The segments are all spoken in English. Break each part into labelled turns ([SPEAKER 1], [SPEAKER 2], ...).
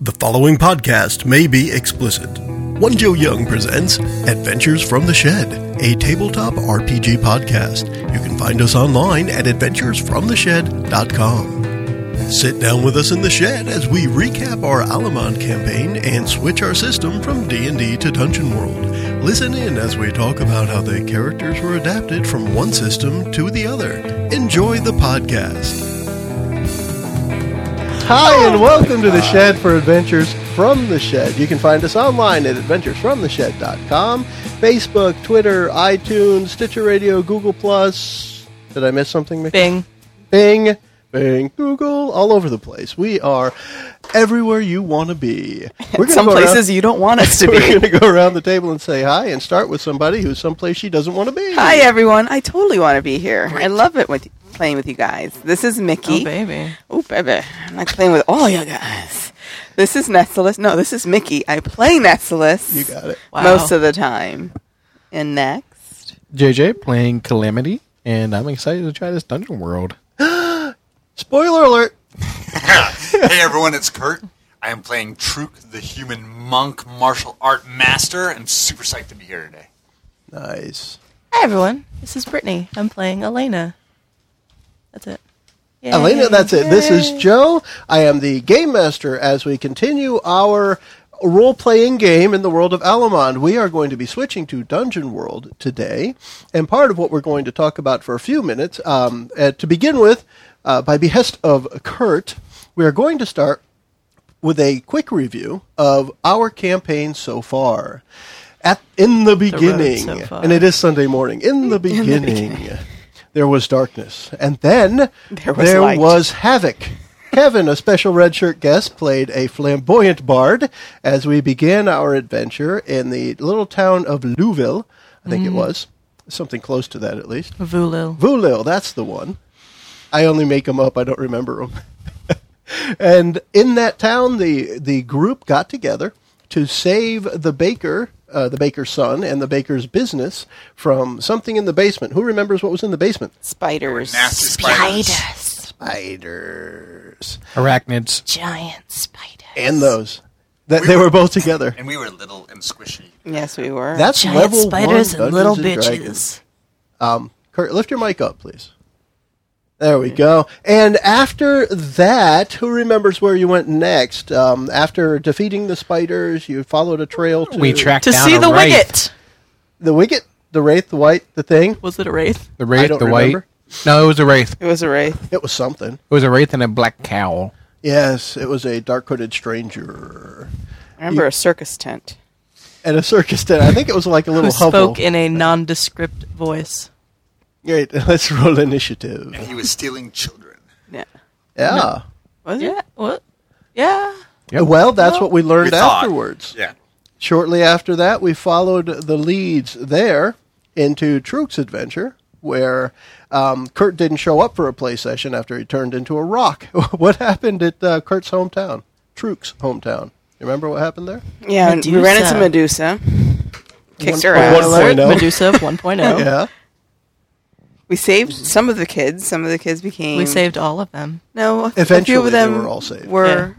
[SPEAKER 1] The following podcast may be explicit. One Joe Young presents Adventures from the Shed, a tabletop RPG podcast. You can find us online at adventuresfromtheshed.com. Sit down with us in the shed as we recap our Alamond campaign and switch our system from D&D to Dungeon World. Listen in as we talk about how the characters were adapted from one system to the other. Enjoy the podcast. Hi, and welcome to the Shed for Adventures from the Shed. You can find us online at adventuresfromtheshed.com, Facebook, Twitter, iTunes, Stitcher Radio, Google Plus. Did I miss something? Mick?
[SPEAKER 2] Bing.
[SPEAKER 1] Bing, Bing, Google, all over the place. We are everywhere you want to be. We're gonna
[SPEAKER 2] Some
[SPEAKER 1] go around-
[SPEAKER 2] places you don't want us to
[SPEAKER 1] we're
[SPEAKER 2] be.
[SPEAKER 1] going to go around the table and say hi, and start with somebody who's someplace she doesn't want to be.
[SPEAKER 2] Hi, everyone. I totally want to be here. I love it with playing with you guys. This is
[SPEAKER 3] Oh,
[SPEAKER 2] Mickey.
[SPEAKER 3] baby.
[SPEAKER 2] Oh, baby. I like playing with all you guys. This is Nestalus. No, this is Mickey. I play Nestalus
[SPEAKER 1] You got it.
[SPEAKER 3] Wow.
[SPEAKER 2] most of the time. And next.
[SPEAKER 4] JJ playing Calamity, and I'm excited to try this Dungeon World.
[SPEAKER 1] Spoiler alert.
[SPEAKER 5] hey everyone, it's Kurt. I am playing Truk, the human monk martial art master. I'm super psyched to be here today.
[SPEAKER 1] Nice.
[SPEAKER 3] Hi, everyone. This is Brittany. I'm playing Elena. That's it. Yay.
[SPEAKER 1] Elena, that's it. This is Joe. I am the game master as we continue our role playing game in the world of Alamond. We are going to be switching to Dungeon World today. And part of what we're going to talk about for a few minutes, um, uh, to begin with, uh, by behest of Kurt, we are going to start with a quick review of our campaign so far. At in the beginning,
[SPEAKER 3] so far.
[SPEAKER 1] and it is Sunday morning. In the beginning, there was darkness, and then
[SPEAKER 2] There was light.
[SPEAKER 1] was havoc. Kevin, a special red shirt guest, played a flamboyant bard as we began our adventure in the little town of Louville. I think it was something close to that, at least.
[SPEAKER 3] Vulil.
[SPEAKER 1] Vulil, that's the one. I only make them up. I don't remember them. and in that town, the the group got together to save the baker, uh, the baker's son, and the baker's business from something in the basement. Who remembers what was in the basement?
[SPEAKER 2] Spiders.
[SPEAKER 5] Nasty spiders.
[SPEAKER 1] Spiders
[SPEAKER 4] Arachnids.
[SPEAKER 3] Giant spider.
[SPEAKER 1] and those that they were both together.
[SPEAKER 5] And we were little and squishy.
[SPEAKER 2] Yes, we were.
[SPEAKER 1] That's
[SPEAKER 3] Giant
[SPEAKER 1] level
[SPEAKER 3] spiders
[SPEAKER 1] one,
[SPEAKER 3] and little
[SPEAKER 1] Dungeons
[SPEAKER 3] bitches.
[SPEAKER 1] and Dragons. Kurt, lift your mic up, please. There we go. And after that, who remembers where you went next? Um, after defeating the spiders, you followed a trail to
[SPEAKER 4] We tracked
[SPEAKER 3] To
[SPEAKER 4] down
[SPEAKER 3] see
[SPEAKER 4] a
[SPEAKER 3] the
[SPEAKER 4] wraith.
[SPEAKER 3] wicket.
[SPEAKER 1] the wicket, the wraith, the white, the thing.
[SPEAKER 3] Was it a wraith?
[SPEAKER 4] The
[SPEAKER 1] I
[SPEAKER 4] wraith,
[SPEAKER 1] don't
[SPEAKER 4] the white.
[SPEAKER 1] remember.
[SPEAKER 4] No, it was a wraith.
[SPEAKER 2] it was a wraith.
[SPEAKER 1] It was something.
[SPEAKER 4] It was a wraith and a black cowl.
[SPEAKER 1] Yes, it was a dark-hooded stranger
[SPEAKER 2] I remember a circus tent.
[SPEAKER 1] and a circus tent. I think it was like a
[SPEAKER 3] Who
[SPEAKER 1] little hovel.
[SPEAKER 3] spoke in a nondescript voice.
[SPEAKER 1] Great, let's roll initiative.
[SPEAKER 5] And he was stealing children.
[SPEAKER 2] Yeah.
[SPEAKER 1] Yeah.
[SPEAKER 3] Was it? What? Yeah.
[SPEAKER 4] Yep.
[SPEAKER 1] Well, that's what we learned
[SPEAKER 5] We thought.
[SPEAKER 1] afterwards.
[SPEAKER 5] Yeah.
[SPEAKER 1] Shortly after that, we followed the leads there into Truk's adventure, where um, Kurt didn't show up for a play session after he turned into a rock. what happened at uh, Kurt's hometown, Truk's hometown? You remember what happened there?
[SPEAKER 2] Yeah, and we ran into Medusa. Kicked her ass.
[SPEAKER 1] One point oh.
[SPEAKER 3] Medusa 1.0.
[SPEAKER 1] Yeah.
[SPEAKER 2] We saved some of the kids. Some of the kids became.
[SPEAKER 3] We saved all of them.
[SPEAKER 2] No, a few
[SPEAKER 1] Eventually,
[SPEAKER 2] of them
[SPEAKER 1] they were all saved.
[SPEAKER 2] were
[SPEAKER 3] Yeah.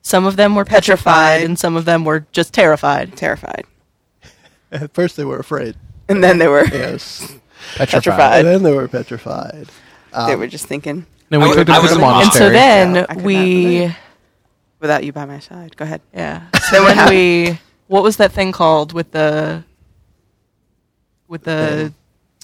[SPEAKER 3] Some of them were petrified,
[SPEAKER 2] Petrified.
[SPEAKER 3] and some of them were just terrified.
[SPEAKER 2] terrified,
[SPEAKER 1] At first, they were afraid.
[SPEAKER 2] and then they were
[SPEAKER 1] Yes.
[SPEAKER 4] Petrified.
[SPEAKER 2] Petrified.
[SPEAKER 1] and then they were petrified.
[SPEAKER 2] they
[SPEAKER 1] Um,
[SPEAKER 2] were just thinking
[SPEAKER 4] Then we
[SPEAKER 5] I
[SPEAKER 4] took
[SPEAKER 5] was-
[SPEAKER 4] them
[SPEAKER 5] I
[SPEAKER 4] to
[SPEAKER 5] was
[SPEAKER 4] the
[SPEAKER 5] in awe.
[SPEAKER 3] And
[SPEAKER 4] monastery.
[SPEAKER 3] so
[SPEAKER 2] Yeah,
[SPEAKER 3] then
[SPEAKER 2] I could
[SPEAKER 3] we,
[SPEAKER 2] without you by my side. Go ahead.
[SPEAKER 3] yeah. So when we, what was that thing called with the, with the,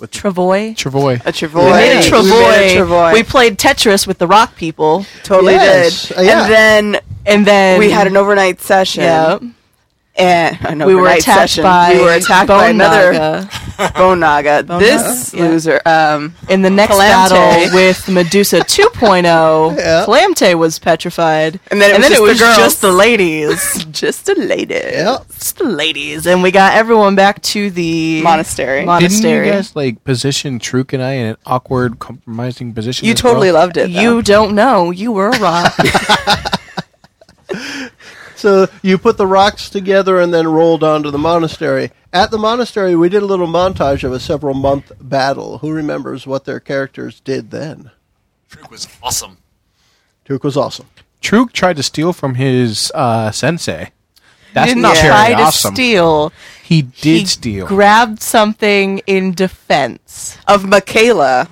[SPEAKER 1] With-
[SPEAKER 3] travoy?
[SPEAKER 4] Travoy.
[SPEAKER 2] A travoy.
[SPEAKER 1] We made a
[SPEAKER 3] Hey,
[SPEAKER 1] travoy.
[SPEAKER 3] we
[SPEAKER 2] made a travoy.
[SPEAKER 3] We played Tetris with the rock people,
[SPEAKER 2] totally
[SPEAKER 1] Yes,
[SPEAKER 2] did.
[SPEAKER 1] uh, yeah.
[SPEAKER 2] And then
[SPEAKER 3] and then
[SPEAKER 2] we had an overnight session.
[SPEAKER 3] yeah.
[SPEAKER 2] And an
[SPEAKER 3] We were
[SPEAKER 2] overnight
[SPEAKER 3] attacked
[SPEAKER 2] session.
[SPEAKER 3] by
[SPEAKER 2] we were attacked by
[SPEAKER 3] Bone
[SPEAKER 2] another
[SPEAKER 3] Naga
[SPEAKER 2] Bone Naga.
[SPEAKER 3] Bone
[SPEAKER 2] this
[SPEAKER 3] Naga, yeah.
[SPEAKER 2] loser. Um,
[SPEAKER 3] in the next
[SPEAKER 2] Calamte.
[SPEAKER 3] battle with Medusa 2.0.
[SPEAKER 1] Yeah.
[SPEAKER 3] Calamte was petrified,
[SPEAKER 2] And then it was just the girls.
[SPEAKER 3] just the ladies,
[SPEAKER 2] just a lady.
[SPEAKER 1] Yep.
[SPEAKER 3] just the ladies, and we got everyone back to the
[SPEAKER 2] Monastery.
[SPEAKER 4] Didn't you
[SPEAKER 3] Monastery.
[SPEAKER 4] guys like position Truk and I in an awkward, compromising position?
[SPEAKER 2] You
[SPEAKER 4] as
[SPEAKER 2] totally
[SPEAKER 4] well?
[SPEAKER 2] loved it. though.
[SPEAKER 3] You don't know. You were a rock.
[SPEAKER 1] So you put the rocks together and then rolled onto the monastery. At the monastery, we did a little montage of a several month battle. Who remembers what their characters did then?
[SPEAKER 5] Truk was awesome.
[SPEAKER 1] Duke was awesome.
[SPEAKER 4] Truk tried to steal from his uh, sensei. That's
[SPEAKER 3] didn't
[SPEAKER 4] not
[SPEAKER 3] try
[SPEAKER 4] very
[SPEAKER 3] to
[SPEAKER 4] awesome.
[SPEAKER 3] steal.
[SPEAKER 4] He did
[SPEAKER 3] He
[SPEAKER 4] steal.
[SPEAKER 3] Grabbed something in defense.
[SPEAKER 2] Of Michaela,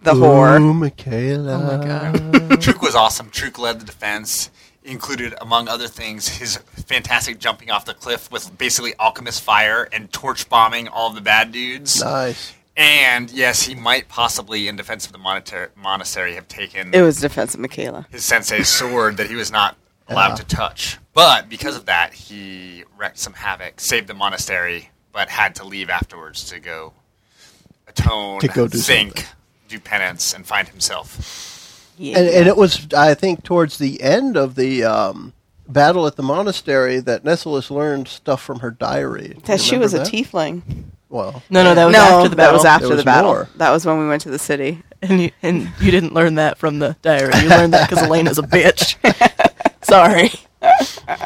[SPEAKER 2] the whore.
[SPEAKER 1] Ooh, Michaela.
[SPEAKER 3] Oh my god.
[SPEAKER 5] Truk was awesome. Truk led the defense, included, among other things, his fantastic jumping off the cliff with basically alchemist fire and torch bombing all of the bad dudes.
[SPEAKER 1] Nice.
[SPEAKER 5] And yes, he might possibly, in defense of the monetar- monastery, have taken
[SPEAKER 2] It was defense of Michaela.
[SPEAKER 5] his sensei's sword that he was not allowed to touch. But because of that, he wrecked some havoc, saved the monastery, but had to leave afterwards to go atone,
[SPEAKER 1] To go do
[SPEAKER 5] think,
[SPEAKER 1] something.
[SPEAKER 5] do penance, and find himself.
[SPEAKER 2] Yeah.
[SPEAKER 1] And, and it was, I think, towards the end of the um, battle at the monastery that Nessalus learned stuff from her diary.
[SPEAKER 2] that she
[SPEAKER 1] Remember
[SPEAKER 2] was a
[SPEAKER 1] that?
[SPEAKER 2] tiefling.
[SPEAKER 1] Well,
[SPEAKER 3] No, no, that was
[SPEAKER 2] no,
[SPEAKER 3] after the
[SPEAKER 2] that
[SPEAKER 3] battle.
[SPEAKER 2] was after
[SPEAKER 1] There
[SPEAKER 2] the
[SPEAKER 1] was
[SPEAKER 2] battle.
[SPEAKER 1] more.
[SPEAKER 2] That was when we went to the city.
[SPEAKER 3] and you, and you didn't learn that from the diary. You learned that because Elena's a bitch. Sorry.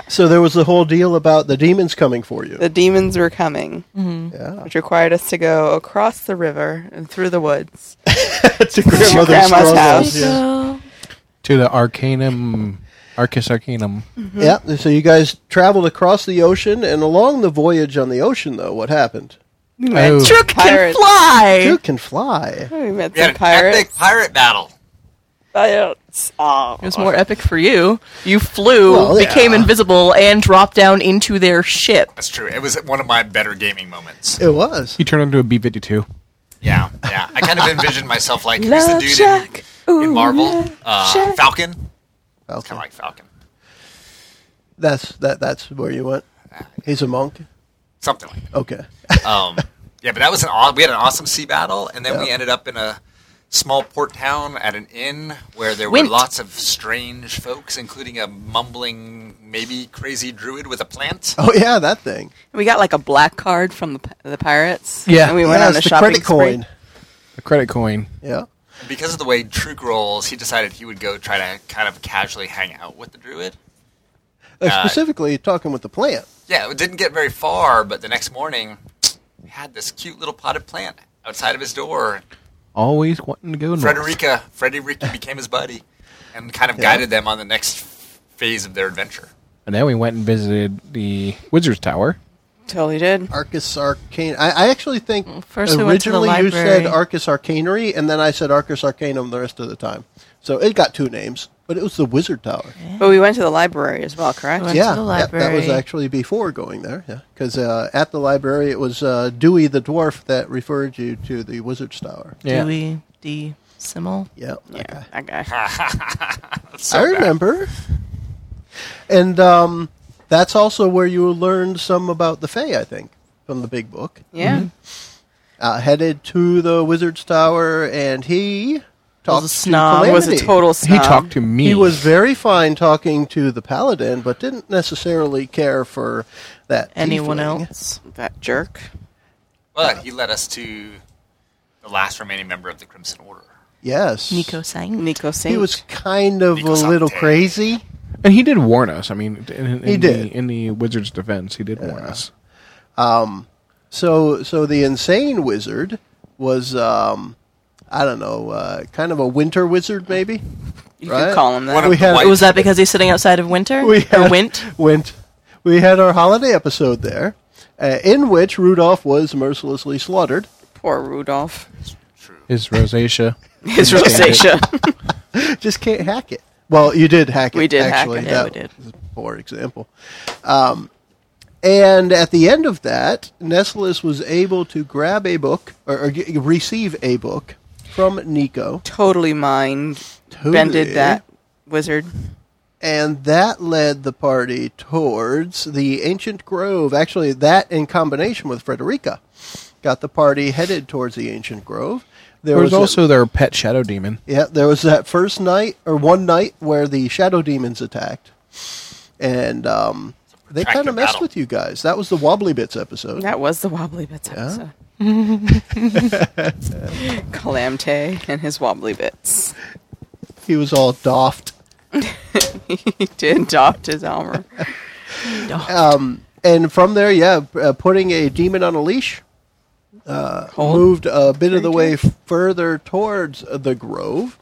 [SPEAKER 1] so there was the whole deal about the demons coming for you.
[SPEAKER 2] The demons were coming,
[SPEAKER 1] yeah,
[SPEAKER 2] which required us to go across the river and through the woods.
[SPEAKER 1] that's a grandmother's
[SPEAKER 2] grandma's
[SPEAKER 1] stronghold,
[SPEAKER 2] house.
[SPEAKER 1] yes.
[SPEAKER 4] to the Arcanum, Arcus Arcanum.
[SPEAKER 2] Mm-hmm.
[SPEAKER 1] Yeah. So you guys traveled across the ocean and along the voyage on the ocean, though, what happened?
[SPEAKER 4] Oh.
[SPEAKER 3] Truck can
[SPEAKER 2] Pirates.
[SPEAKER 3] fly.
[SPEAKER 1] You can fly.
[SPEAKER 2] We met
[SPEAKER 5] We
[SPEAKER 2] some
[SPEAKER 5] had an epic
[SPEAKER 2] pirates.
[SPEAKER 5] pirate battle.
[SPEAKER 2] Pirates. Oh.
[SPEAKER 3] It was more epic for you. You flew,
[SPEAKER 1] Well, yeah.
[SPEAKER 3] became invisible, and dropped down into their ship.
[SPEAKER 5] That's true. It was one of my better gaming moments.
[SPEAKER 1] It was.
[SPEAKER 4] He turned into a B fifty two.
[SPEAKER 5] Yeah, yeah. I kind of envisioned myself like who's the
[SPEAKER 2] Love
[SPEAKER 5] dude
[SPEAKER 2] Shack.
[SPEAKER 5] in, in
[SPEAKER 2] Ooh,
[SPEAKER 5] Marvel?
[SPEAKER 2] love
[SPEAKER 5] Uh,
[SPEAKER 2] Shack.
[SPEAKER 5] Falcon.
[SPEAKER 1] Okay.
[SPEAKER 5] Kind of like Falcon.
[SPEAKER 1] That's that. That's where you went. He's a monk.
[SPEAKER 5] Something like that.
[SPEAKER 1] Okay.
[SPEAKER 5] Um, yeah, but that was an aw- we had an awesome sea battle, and then we
[SPEAKER 1] Yeah.
[SPEAKER 5] ended up in a small port town at an inn where there
[SPEAKER 3] Wint.
[SPEAKER 5] were lots of strange folks, including a mumbling, maybe crazy druid with a plant.
[SPEAKER 1] Oh yeah, that thing.
[SPEAKER 2] We got like a black card from the, p- the pirates.
[SPEAKER 4] Yeah.
[SPEAKER 2] And we went
[SPEAKER 1] Yes,
[SPEAKER 2] on a
[SPEAKER 1] the
[SPEAKER 2] shopping
[SPEAKER 1] credit
[SPEAKER 2] spree.
[SPEAKER 1] coin.
[SPEAKER 4] A credit coin.
[SPEAKER 1] Yeah.
[SPEAKER 5] Because of the way Truk rolls, he decided he would go try to kind of casually hang out with the druid.
[SPEAKER 1] Uh,
[SPEAKER 5] Uh,
[SPEAKER 1] specifically talking with the plant.
[SPEAKER 5] Yeah, it didn't get very far, but the next morning, we had this cute little potted plant outside of his door.
[SPEAKER 4] Always wanting to go north.
[SPEAKER 5] Frederica, Frederica became his buddy, and kind of guided them on the next phase of their adventure.
[SPEAKER 4] And then we went and visited the Wizard's Tower.
[SPEAKER 2] Totally did.
[SPEAKER 1] Arcus Arcane. I, I actually think
[SPEAKER 3] Mm, First we went to the
[SPEAKER 1] originally you
[SPEAKER 3] library.
[SPEAKER 1] said Arcus Arcanery, and then I said Arcus Arcanum the rest of the time. So it got two names, but it was the Wizard Tower.
[SPEAKER 2] But we went to the library as well, correct?
[SPEAKER 3] Went to
[SPEAKER 1] yeah,
[SPEAKER 3] the
[SPEAKER 1] that- that was
[SPEAKER 3] library.
[SPEAKER 1] actually before going there. Yeah, because uh, at the library it was uh, Dewey the dwarf that referred you to the Wizard's Tower.
[SPEAKER 4] Yeah.
[SPEAKER 3] Dewey D. Simmel.
[SPEAKER 1] Yeah,
[SPEAKER 2] Yeah.
[SPEAKER 1] okay.
[SPEAKER 2] That guy.
[SPEAKER 5] So
[SPEAKER 1] I
[SPEAKER 5] bad.
[SPEAKER 1] remember. And um, that's also where you learned some about the Fae, I think, from the Big Book.
[SPEAKER 2] Yeah.
[SPEAKER 1] uh, headed to the wizard's tower, and he talked
[SPEAKER 3] a snob,
[SPEAKER 1] to
[SPEAKER 2] It was a
[SPEAKER 1] Calamity.
[SPEAKER 2] total
[SPEAKER 4] He
[SPEAKER 2] snob.
[SPEAKER 4] talked to me.
[SPEAKER 1] He was very fine talking to the paladin, but didn't necessarily care for that.
[SPEAKER 3] Anyone
[SPEAKER 1] tiefling.
[SPEAKER 3] else?
[SPEAKER 2] That jerk.
[SPEAKER 5] But he led us to the last remaining member of the Crimson Order.
[SPEAKER 1] Yes,
[SPEAKER 3] Nico Sang.
[SPEAKER 2] Nico Saint.
[SPEAKER 1] He was kind of
[SPEAKER 5] Nico
[SPEAKER 1] a little
[SPEAKER 5] Santé.
[SPEAKER 1] crazy.
[SPEAKER 4] And he did warn us. I mean, in, in,
[SPEAKER 1] He
[SPEAKER 4] in
[SPEAKER 1] did.
[SPEAKER 4] The, in the Wizard's defense, he did warn us.
[SPEAKER 1] So, so the insane wizard was, um, I don't know, uh, kind of a winter wizard, maybe.
[SPEAKER 2] you
[SPEAKER 1] right?
[SPEAKER 2] could call him
[SPEAKER 5] One
[SPEAKER 2] that.
[SPEAKER 5] of
[SPEAKER 1] We
[SPEAKER 5] the
[SPEAKER 1] had-
[SPEAKER 5] white-
[SPEAKER 3] Was that because he's sitting outside of Winter?
[SPEAKER 1] we
[SPEAKER 3] or
[SPEAKER 1] had,
[SPEAKER 3] Wint?
[SPEAKER 1] Wint. We had our holiday episode there, uh, in which Rudolph was mercilessly slaughtered.
[SPEAKER 2] Poor Rudolph.
[SPEAKER 5] True.
[SPEAKER 4] His rosacea.
[SPEAKER 2] His
[SPEAKER 4] Understand
[SPEAKER 2] rosacea.
[SPEAKER 1] just can't hack it. Well, you did hack it.
[SPEAKER 2] We did hack
[SPEAKER 1] actually.
[SPEAKER 2] it.
[SPEAKER 3] Yeah,
[SPEAKER 1] That
[SPEAKER 3] we did.
[SPEAKER 1] was a poor example. Um, and at the end of that, Nessalus was able to grab a book or, or g- receive a book from Nico,
[SPEAKER 2] totally mind
[SPEAKER 1] Totally.
[SPEAKER 2] bended that wizard.
[SPEAKER 1] and that led the party towards the ancient grove. Actually, that in combination with Frederica got the party headed towards the ancient grove. There
[SPEAKER 4] There was
[SPEAKER 1] a-
[SPEAKER 4] also their pet shadow demon.
[SPEAKER 1] Yeah, there was that first night or one night where the shadow demons attacked, and um, they
[SPEAKER 5] protracted
[SPEAKER 1] kind of messed
[SPEAKER 5] battle.
[SPEAKER 1] with you guys. That was the Wobbly Bits episode.
[SPEAKER 2] That was the wobbly bits episode. Calamte and his wobbly bits.
[SPEAKER 1] He was all doffed,
[SPEAKER 2] he did doffed his armor.
[SPEAKER 1] and from there, yeah, p- uh, putting a demon on a leash uh,
[SPEAKER 2] Cold.
[SPEAKER 1] moved a bit of the way further towards the grove,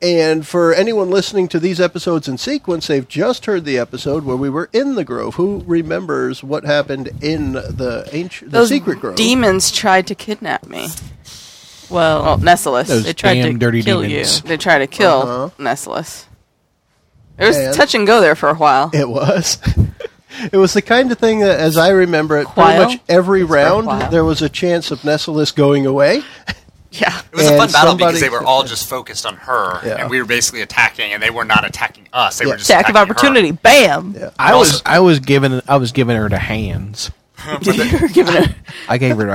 [SPEAKER 1] And for anyone listening to these episodes in sequence, they've just heard the episode where we were in the grove. Who remembers what happened in the ancient, the
[SPEAKER 2] Those
[SPEAKER 1] secret grove?
[SPEAKER 2] demons tried to kidnap me.
[SPEAKER 3] Well,
[SPEAKER 2] Well, Nessalus.
[SPEAKER 4] Those
[SPEAKER 3] they tried
[SPEAKER 4] damn
[SPEAKER 3] to
[SPEAKER 4] dirty
[SPEAKER 3] kill
[SPEAKER 4] demons.
[SPEAKER 3] you.
[SPEAKER 2] They tried to kill
[SPEAKER 1] Uh-huh.
[SPEAKER 2] Nessalus. It was
[SPEAKER 1] And-
[SPEAKER 2] touch and go there for a while.
[SPEAKER 1] It was. It was the kind of thing that, as I remember it,
[SPEAKER 2] Quail?
[SPEAKER 1] pretty much every
[SPEAKER 2] quail.
[SPEAKER 1] round there was a chance of Nessalus going away.
[SPEAKER 2] yeah.
[SPEAKER 5] It was a
[SPEAKER 1] And
[SPEAKER 5] fun battle because
[SPEAKER 1] somebody-
[SPEAKER 5] they were all just focused on her,
[SPEAKER 1] Yeah.
[SPEAKER 5] and we were basically attacking, and they were not attacking us. They
[SPEAKER 1] Yeah.
[SPEAKER 5] were just
[SPEAKER 3] Attack of
[SPEAKER 5] attacking her.
[SPEAKER 3] opportunity. Bam.
[SPEAKER 1] Yeah.
[SPEAKER 4] I
[SPEAKER 5] Also-
[SPEAKER 4] was I was giving I was giving her the hands.
[SPEAKER 2] you were giving her.
[SPEAKER 4] I gave her the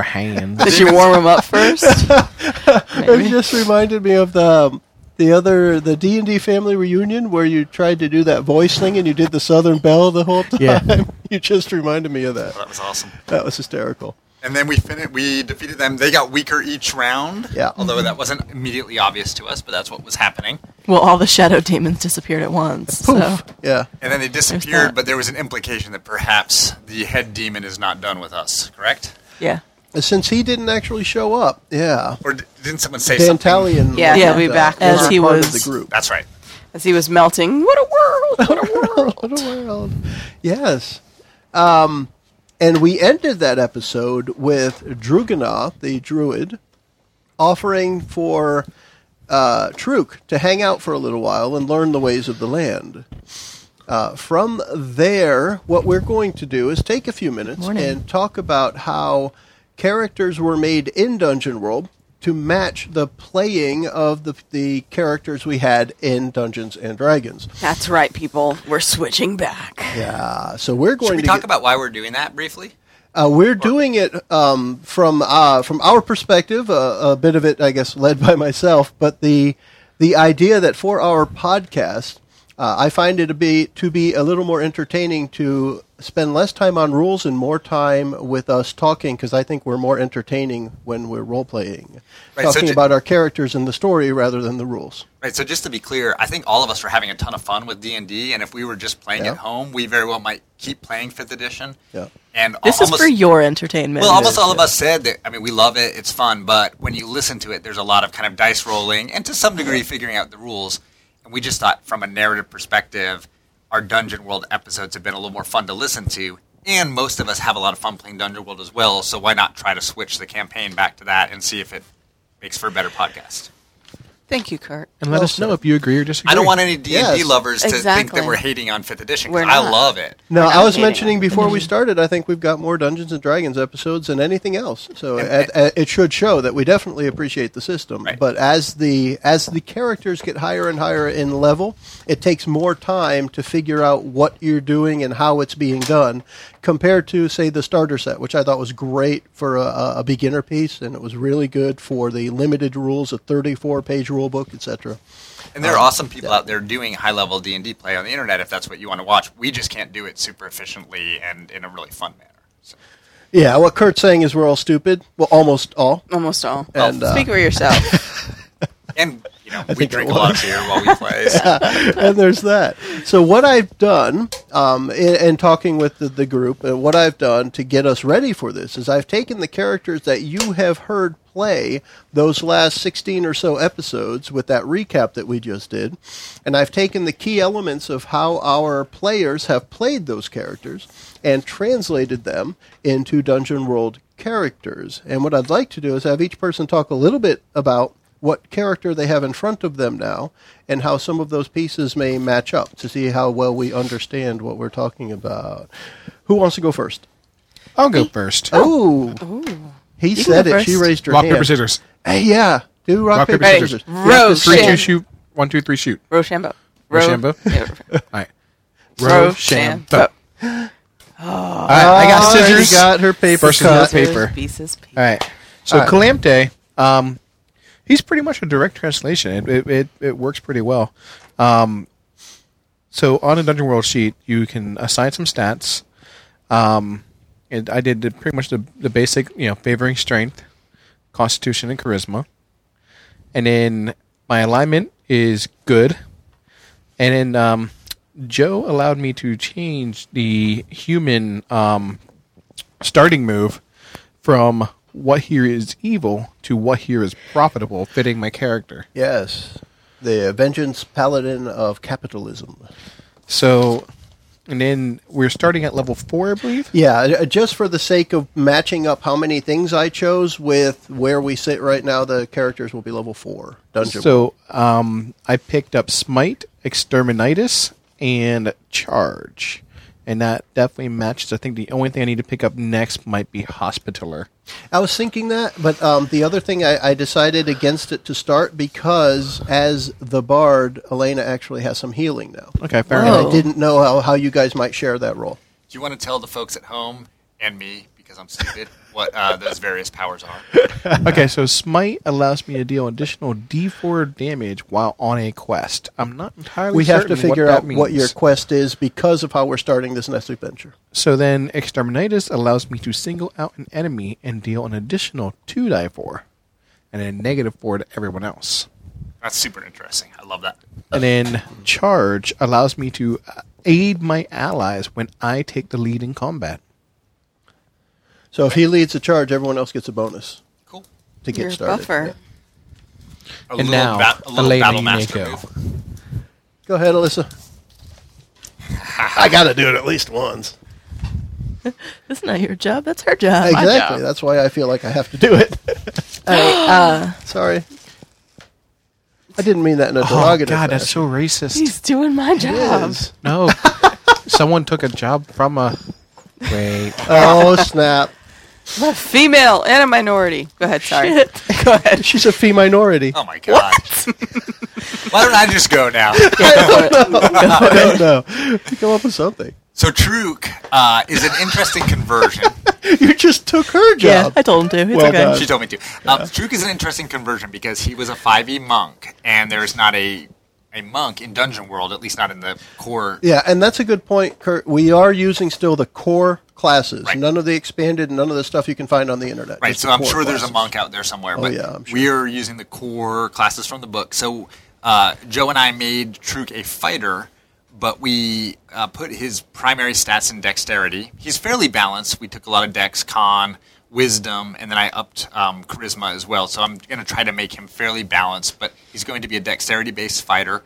[SPEAKER 4] hands.
[SPEAKER 2] Did you warm him up first?
[SPEAKER 1] It just reminded me of the um, the other the D and D family reunion where you tried to do that voice thing and you did the Southern Belle the whole time.
[SPEAKER 4] Yeah.
[SPEAKER 1] You just reminded me of that.
[SPEAKER 5] That was awesome.
[SPEAKER 1] That was hysterical.
[SPEAKER 5] And then we fin- we defeated them. They got weaker each round.
[SPEAKER 1] Yeah.
[SPEAKER 5] Although that wasn't immediately obvious to us, but that's what was happening.
[SPEAKER 3] Well, all the shadow demons disappeared at once.
[SPEAKER 2] Oh.
[SPEAKER 3] So.
[SPEAKER 1] Yeah.
[SPEAKER 5] And then they
[SPEAKER 3] that.
[SPEAKER 5] disappeared, but there was an implication that perhaps the head demon is not done with us, correct?
[SPEAKER 3] Yeah.
[SPEAKER 1] Since he didn't actually show up, yeah.
[SPEAKER 5] Or d- didn't someone say something?
[SPEAKER 1] Dantalion.
[SPEAKER 2] Yeah,
[SPEAKER 1] was,
[SPEAKER 2] he'll be
[SPEAKER 1] uh,
[SPEAKER 2] back
[SPEAKER 1] was
[SPEAKER 3] as
[SPEAKER 1] a
[SPEAKER 3] he
[SPEAKER 1] part
[SPEAKER 3] was-
[SPEAKER 1] of the group.
[SPEAKER 5] That's right.
[SPEAKER 2] As he was melting. What a world! What a world!
[SPEAKER 1] What a world. Yes. Um, and we ended that episode with Drugana, the druid, offering for uh, Truk to hang out for a little while and learn the ways of the land. Uh, from there, what we're going to do is take a few minutes
[SPEAKER 3] Morning.
[SPEAKER 1] and talk about how characters were made in Dungeon World to match the playing of the, the characters we had in Dungeons and Dragons.
[SPEAKER 2] That's right, people. We're switching back.
[SPEAKER 1] Yeah, so we're going
[SPEAKER 5] Should we
[SPEAKER 1] to
[SPEAKER 5] talk
[SPEAKER 1] get-
[SPEAKER 5] about why we're doing that briefly?
[SPEAKER 1] uh, we're doing it um, from uh, from our perspective. Uh, a bit of it, I guess, led by myself, but the the idea that for our podcast, uh, I find it to be to be a little more entertaining to spend less time on rules and more time with us talking because I think we're more entertaining when we're role playing,
[SPEAKER 5] Right, so
[SPEAKER 1] talking
[SPEAKER 5] ju-
[SPEAKER 1] about our characters and the story rather than the rules.
[SPEAKER 5] Right. So just to be clear, I think all of us are having a ton of fun with D and D, and if we were just playing
[SPEAKER 1] Yeah.
[SPEAKER 5] at home, we very well might keep playing Fifth Edition.
[SPEAKER 1] Yeah.
[SPEAKER 5] And al-
[SPEAKER 3] This is
[SPEAKER 5] almost-
[SPEAKER 3] for your entertainment.
[SPEAKER 5] Well, almost all of
[SPEAKER 1] yeah.
[SPEAKER 5] us said that. I mean, we love it; it's fun. But when you listen to it, there's a lot of kind of dice rolling and to some degree figuring out the rules. And we just thought, from a narrative perspective, our Dungeon World episodes have been a little more fun to listen to, and most of us have a lot of fun playing Dungeon World as well. So why not try to switch the campaign back to that and see if it makes for a better podcast?
[SPEAKER 2] Thank you, Kurt.
[SPEAKER 4] and let us know if you agree or disagree.
[SPEAKER 5] I don't want any D and D
[SPEAKER 1] Yes.
[SPEAKER 5] lovers to think
[SPEAKER 2] Exactly.
[SPEAKER 5] that we're hating on Fifth Edition
[SPEAKER 2] We're
[SPEAKER 5] because I
[SPEAKER 2] not.
[SPEAKER 5] love it.
[SPEAKER 1] No,
[SPEAKER 2] We're
[SPEAKER 1] I
[SPEAKER 2] not
[SPEAKER 1] was
[SPEAKER 2] hating on
[SPEAKER 1] mentioning before we started. I think we've got more Dungeons and Dragons episodes than anything else, so it, it- it should show that we definitely appreciate the system.
[SPEAKER 5] Right.
[SPEAKER 1] But as the as the characters get higher and higher in level, it takes more time to figure out what you're doing and how it's being done, compared to say the starter set, which I thought was great for a- a, a beginner piece, and it was really good for the limited rules, a 34 page rule book, etc.
[SPEAKER 5] And there are awesome people out there doing high level D and D play on the internet if that's what you want to watch. We just can't do it super efficiently and in a really fun manner. So,
[SPEAKER 1] Yeah, what Kurt's saying is we're all stupid. Well, almost all.
[SPEAKER 2] Almost all.
[SPEAKER 1] And, uh,
[SPEAKER 2] Speak for yourself.
[SPEAKER 5] and you know, we
[SPEAKER 1] think
[SPEAKER 5] drink
[SPEAKER 1] it
[SPEAKER 5] a lot of beer while we play. so-
[SPEAKER 1] and there's that. So what I've done, um, in, in talking with the, the group, and what I've done to get us ready for this is I've taken the characters that you have heard play those last 16 or so episodes with that recap that we just did, and I've taken the key elements of how our players have played those characters and translated them into Dungeon World characters. And what I'd like to do is have each person talk a little bit about what character they have in front of them now and how some of those pieces may match up to see how well we understand what we're talking about. Who wants to go first?
[SPEAKER 4] I'll go first.
[SPEAKER 1] Oh, he
[SPEAKER 3] can
[SPEAKER 1] said
[SPEAKER 3] go
[SPEAKER 1] it. She
[SPEAKER 3] first.
[SPEAKER 1] raised her
[SPEAKER 4] Rock
[SPEAKER 1] hand.
[SPEAKER 4] paper scissors.
[SPEAKER 1] Hey, yeah. Do rock, paper, scissors.
[SPEAKER 2] Rose.
[SPEAKER 4] Three two shoot. One two three shoot.
[SPEAKER 2] Rochambeau.
[SPEAKER 4] Rochambeau?
[SPEAKER 2] Yeah.
[SPEAKER 4] All right.
[SPEAKER 2] Rochambeau.
[SPEAKER 4] All right, I got
[SPEAKER 1] Alrighty,
[SPEAKER 4] scissors.
[SPEAKER 1] Oh, got her paper
[SPEAKER 4] First and last
[SPEAKER 1] cut.
[SPEAKER 4] paper.
[SPEAKER 2] Pieces. pieces.
[SPEAKER 4] All right. So
[SPEAKER 1] All right.
[SPEAKER 4] Calamte, um, he's pretty much a direct translation. It it, it, it works pretty well. Um, so on a Dungeon World sheet, you can assign some stats. Um, and I did the, pretty much the, the basic, you know, favoring strength, constitution, and charisma. And then my alignment is good. And then um, Joe allowed me to change the human um, starting move from what here is evil to what here is profitable, fitting my character.
[SPEAKER 1] Yes. The vengeance paladin of capitalism.
[SPEAKER 4] So, and then we're starting at level four, I believe.
[SPEAKER 1] Yeah, uh, just for the sake of matching up how many things I chose with where we sit right now, the characters will be level four dungeon.
[SPEAKER 4] So, um, I picked up Smite, Exterminatus, and Charge, and that definitely matches. I think the only thing I need to pick up next might be Hospitaller.
[SPEAKER 1] I was thinking that, but um, the other thing I, I decided against it to start because as the bard, Elena actually has some healing now.
[SPEAKER 4] Okay, fair
[SPEAKER 1] And I
[SPEAKER 4] enough.
[SPEAKER 1] didn't know how, how you guys might share that role.
[SPEAKER 5] Do you want to tell the folks at home and me, because I'm stupid, what uh, those various powers are?
[SPEAKER 4] Okay, so Smite allows me to deal additional D4 damage while on a quest. I'm not entirely.
[SPEAKER 1] We have to
[SPEAKER 4] certain
[SPEAKER 1] figure
[SPEAKER 4] what
[SPEAKER 1] out
[SPEAKER 4] that
[SPEAKER 1] what your
[SPEAKER 4] means.
[SPEAKER 1] quest is because of how we're starting this next adventure.
[SPEAKER 4] So then, Exterminatus allows me to single out an enemy and deal an additional two die four, and a negative four to everyone else.
[SPEAKER 5] That's super interesting. I love that.
[SPEAKER 4] And then Charge allows me to uh, aid my allies when I take the lead in combat.
[SPEAKER 1] So if he leads the charge, everyone else gets a bonus
[SPEAKER 5] Cool.
[SPEAKER 1] to get
[SPEAKER 2] You're a
[SPEAKER 1] started.
[SPEAKER 2] buffer.
[SPEAKER 1] Yeah.
[SPEAKER 5] A
[SPEAKER 4] And now,
[SPEAKER 5] ba- a little
[SPEAKER 4] Elena,
[SPEAKER 5] battle
[SPEAKER 4] you may
[SPEAKER 5] master
[SPEAKER 4] go.
[SPEAKER 5] move.
[SPEAKER 1] Go ahead, Alyssa. I got to do it at least once.
[SPEAKER 3] That's not your job. That's her job.
[SPEAKER 1] Exactly. That's why I feel like I have to do it.
[SPEAKER 3] uh,
[SPEAKER 1] Sorry. I didn't mean that in a
[SPEAKER 3] Oh,
[SPEAKER 1] derogative
[SPEAKER 4] Oh, God, that's
[SPEAKER 1] fashion.
[SPEAKER 4] so racist.
[SPEAKER 3] He's doing my
[SPEAKER 1] It
[SPEAKER 3] job.
[SPEAKER 1] is.
[SPEAKER 4] No, someone took a job from a. Wait.
[SPEAKER 1] Oh, snap.
[SPEAKER 2] I'm a female and a minority. Go ahead. Sorry.
[SPEAKER 3] Shit.
[SPEAKER 2] Go ahead.
[SPEAKER 1] She's a fee minority.
[SPEAKER 5] Oh my god. Why don't I just go now?
[SPEAKER 1] I don't know. You come up with something.
[SPEAKER 5] So Truk uh, is an interesting conversion.
[SPEAKER 1] You just took her
[SPEAKER 3] Yeah,
[SPEAKER 1] job.
[SPEAKER 3] I told him to. It's
[SPEAKER 1] Well
[SPEAKER 3] okay.
[SPEAKER 1] done.
[SPEAKER 5] She told me to. Um, Truk is an interesting conversion because he was a 5e monk, and there is not a a monk in Dungeon World, at least not in the core.
[SPEAKER 1] Yeah, and that's a good point, Kurt. We are using still the core classes.
[SPEAKER 5] Right.
[SPEAKER 1] None of the expanded, none of the stuff you can find on the internet.
[SPEAKER 5] Right,
[SPEAKER 1] Just
[SPEAKER 5] so
[SPEAKER 1] the
[SPEAKER 5] I'm
[SPEAKER 1] core
[SPEAKER 5] sure there's a
[SPEAKER 1] classes. Oh,
[SPEAKER 5] monk out there somewhere, but
[SPEAKER 1] yeah, I'm sure.
[SPEAKER 5] we are using the core classes from the book. So uh, Joe and I made Truk a fighter, but we uh, put his primary stats in dexterity. He's fairly balanced. We took a lot of dex, con, wisdom, and then I upped um, charisma as well. So I'm going to try to make him fairly balanced, but he's going to be a dexterity based fighter.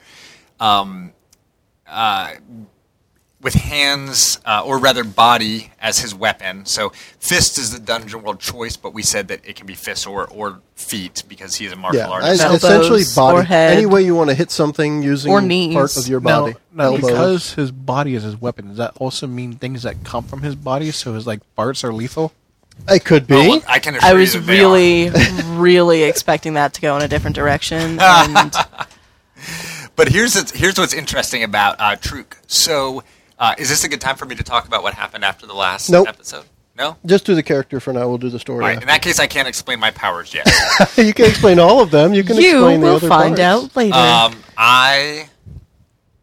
[SPEAKER 5] with hands uh, or rather body as his weapon. So fist is the dungeon world choice, but we said that it can be fist or, or feet because he's a martial
[SPEAKER 1] Yeah, I-
[SPEAKER 5] artist.
[SPEAKER 3] Elbows
[SPEAKER 1] essentially body.
[SPEAKER 3] or head.
[SPEAKER 1] Any way you want to hit something using
[SPEAKER 3] Or knees.
[SPEAKER 1] part of your
[SPEAKER 4] Now-
[SPEAKER 1] body.
[SPEAKER 4] Now,
[SPEAKER 1] Elbows.
[SPEAKER 4] because his body is his weapon, does that also mean things that come from his body? So his like parts are lethal.
[SPEAKER 1] it could be.
[SPEAKER 5] Oh, well, I can assure
[SPEAKER 3] I
[SPEAKER 5] you
[SPEAKER 3] was
[SPEAKER 5] that they
[SPEAKER 3] really, really expecting that to go in a different direction. And
[SPEAKER 5] are. But here's what's- here's what's interesting about uh, Truk. So uh, is this a good time for me to talk about what happened after the last
[SPEAKER 1] Nope.
[SPEAKER 5] episode? No.
[SPEAKER 1] Just do the character for now. We'll do the story.
[SPEAKER 5] All right. In that case, I can't explain my powers yet.
[SPEAKER 1] after. you can explain all of them. You can
[SPEAKER 3] you
[SPEAKER 1] explain the
[SPEAKER 3] will
[SPEAKER 1] other
[SPEAKER 3] find
[SPEAKER 1] parts.
[SPEAKER 3] out later.
[SPEAKER 5] Um, I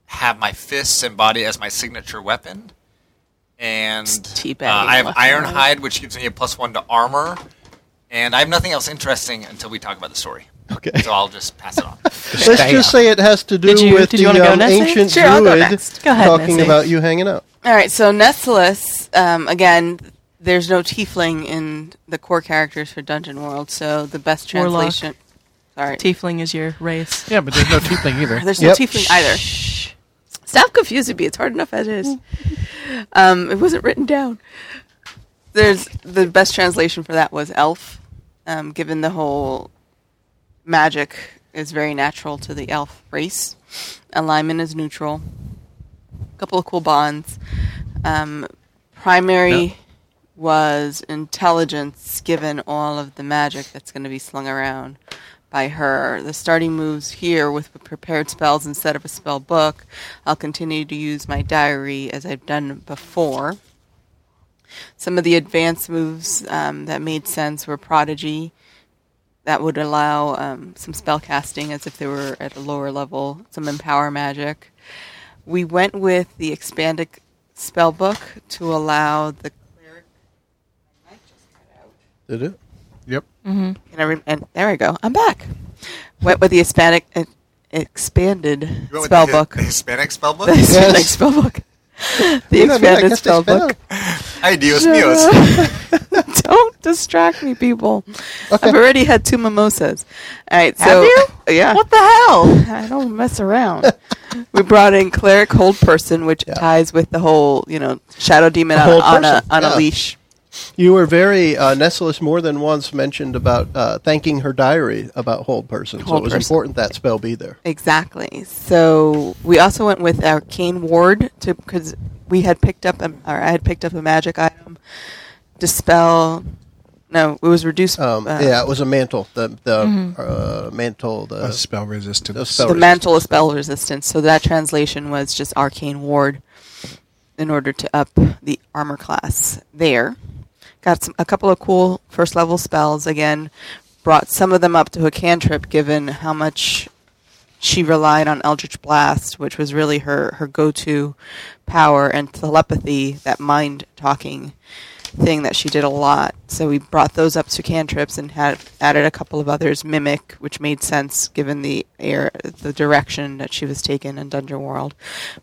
[SPEAKER 5] have my fists and body as my signature weapon, and
[SPEAKER 3] teabagging
[SPEAKER 5] uh, I have
[SPEAKER 3] left and right.
[SPEAKER 5] Ironhide, which gives me a plus one to armor, and I have nothing else interesting until we talk about the story.
[SPEAKER 1] Okay.
[SPEAKER 5] So I'll just pass it on.
[SPEAKER 1] Let's just say it has to do
[SPEAKER 3] Did you-
[SPEAKER 1] with
[SPEAKER 3] did you
[SPEAKER 1] the
[SPEAKER 3] wanna go
[SPEAKER 1] um,
[SPEAKER 3] next, Nancy?
[SPEAKER 1] ancient
[SPEAKER 2] Sure, I'll go
[SPEAKER 1] druid
[SPEAKER 2] next.
[SPEAKER 3] Go ahead,
[SPEAKER 1] talking
[SPEAKER 3] Nancy.
[SPEAKER 1] about you hanging out.
[SPEAKER 2] All right, so Nestalus, um, again, there's no tiefling in the core characters for Dungeon World, so the best
[SPEAKER 3] Warlock.
[SPEAKER 2] translation. Sorry.
[SPEAKER 3] Tiefling is your race.
[SPEAKER 4] Yeah, but there's no tiefling either.
[SPEAKER 2] there's
[SPEAKER 1] Yep.
[SPEAKER 2] no tiefling either. Stop confusing me. It's hard enough as it is. Um, it wasn't written down. There's the best translation for that was elf, um, given the whole magic is very natural to the elf race. Alignment is neutral. couple of cool bonds. Um, primary was intelligence, given all of the magic that's going to be slung around by her. The starting moves here with prepared spells instead of a spell book. I'll continue to use my diary as I've done before. Some of the advanced moves um, that made sense were Prodigy. That would allow um, some spell casting as if they were at a lower level, some Empower magic. We went with the expanded spell book to allow the cleric. My mic just cut out.
[SPEAKER 1] Did it?
[SPEAKER 4] Yep.
[SPEAKER 2] And, I rem- and there we go. I'm back. Went with the Hispanic uh, expanded
[SPEAKER 5] You went with
[SPEAKER 2] spell
[SPEAKER 5] the,
[SPEAKER 2] book.
[SPEAKER 5] the Hispanic spell book.
[SPEAKER 2] The Hispanic
[SPEAKER 1] Yes.
[SPEAKER 2] spell book. The
[SPEAKER 1] Mira, mira, que
[SPEAKER 2] expanded
[SPEAKER 1] este
[SPEAKER 2] spell book.
[SPEAKER 1] espera.
[SPEAKER 5] Ay, Dios mío.
[SPEAKER 2] Don't distract me, people. I've already had two mimosas. All right,
[SPEAKER 3] Have
[SPEAKER 2] so
[SPEAKER 3] you?
[SPEAKER 2] yeah,
[SPEAKER 3] What the hell?
[SPEAKER 2] I don't mess around. we brought in cleric hold person, which ties with the whole you know shadow demon
[SPEAKER 1] The
[SPEAKER 2] on,
[SPEAKER 1] hold
[SPEAKER 2] on a
[SPEAKER 1] person,
[SPEAKER 2] on
[SPEAKER 1] yeah.
[SPEAKER 2] a leash.
[SPEAKER 1] You were very uh, Nessalus more than once mentioned about uh, thanking her diary about Hold Person, so
[SPEAKER 2] Hold
[SPEAKER 1] it was
[SPEAKER 2] person.
[SPEAKER 1] important that spell be there.
[SPEAKER 2] Exactly. So we also went with our cane ward to because we had picked up a, or I had picked up a magic item, dispel. No, it was reduced.
[SPEAKER 1] Um,
[SPEAKER 2] uh,
[SPEAKER 1] yeah, it was a mantle, the the
[SPEAKER 3] mm-hmm.
[SPEAKER 1] uh, mantle, the
[SPEAKER 4] a spell resistance.
[SPEAKER 1] a spell
[SPEAKER 2] the mantle of spell resistance. So that translation was just arcane ward in order to up the armor class there. Got some, a couple of cool first level spells again. Brought some of them up to a cantrip given how much she relied on Eldritch Blast, which was really her, her go to power, and telepathy, that mind talking thing that she did a lot. So we brought those up to cantrips and had added a couple of others, Mimic, which made sense given the air, the direction that she was taken in Dungeon World.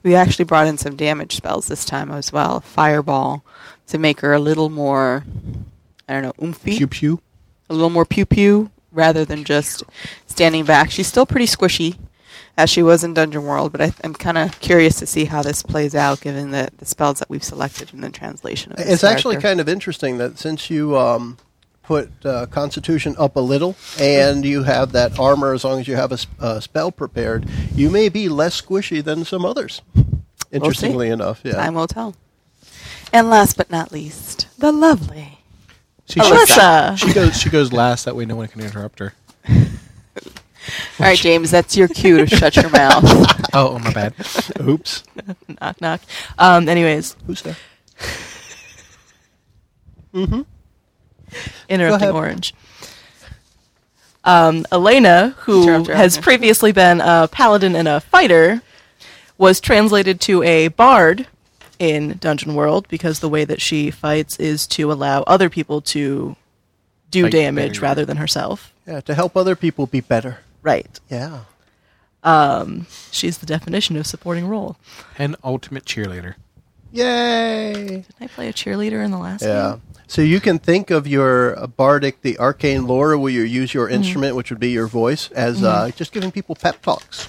[SPEAKER 2] We actually brought in some damage spells this time as well, Fireball, to make her a little more, I don't know, oomphy
[SPEAKER 4] pew pew.
[SPEAKER 2] a little more pew pew rather than just standing back. She's still pretty squishy as she was in Dungeon World, but I, I'm kind of curious to see how this plays out given the, the spells that we've selected in the translation. Of this
[SPEAKER 1] It's actually
[SPEAKER 2] character.
[SPEAKER 1] kind of interesting that since you um, put uh, Constitution up a little and you have that armor, as long as you have a s- a spell prepared, you may be less squishy than some others. Interestingly enough, yeah.
[SPEAKER 2] Time will tell. And last but not least, the lovely.
[SPEAKER 4] See,
[SPEAKER 3] Oh, Alyssa.
[SPEAKER 4] She, she goes. She goes last. That way, no one can interrupt her.
[SPEAKER 2] All right, James, that's your cue to shut your mouth.
[SPEAKER 4] Oh, oh my bad. Oops.
[SPEAKER 3] knock knock. Um. Anyways,
[SPEAKER 1] Who's there?
[SPEAKER 3] interrupting
[SPEAKER 1] ahead.
[SPEAKER 3] Orange. Um, Elena, who
[SPEAKER 2] Interrupt her,
[SPEAKER 3] has
[SPEAKER 2] okay.
[SPEAKER 3] previously been a paladin and a fighter, was translated to a bard in Dungeon World because the way that she fights is to allow other people to do
[SPEAKER 4] Fight
[SPEAKER 3] damage
[SPEAKER 4] better.
[SPEAKER 3] rather than herself.
[SPEAKER 1] Yeah, to help other people be better.
[SPEAKER 3] Right.
[SPEAKER 1] Yeah.
[SPEAKER 3] She's the definition of supporting role.
[SPEAKER 4] An ultimate cheerleader.
[SPEAKER 1] Yay!
[SPEAKER 3] Did I play a cheerleader in the last
[SPEAKER 1] Yeah.
[SPEAKER 3] game?
[SPEAKER 1] So you can think of your uh, bardic, the arcane lore, where you use your instrument, which would be your voice, as uh, just giving people pep talks.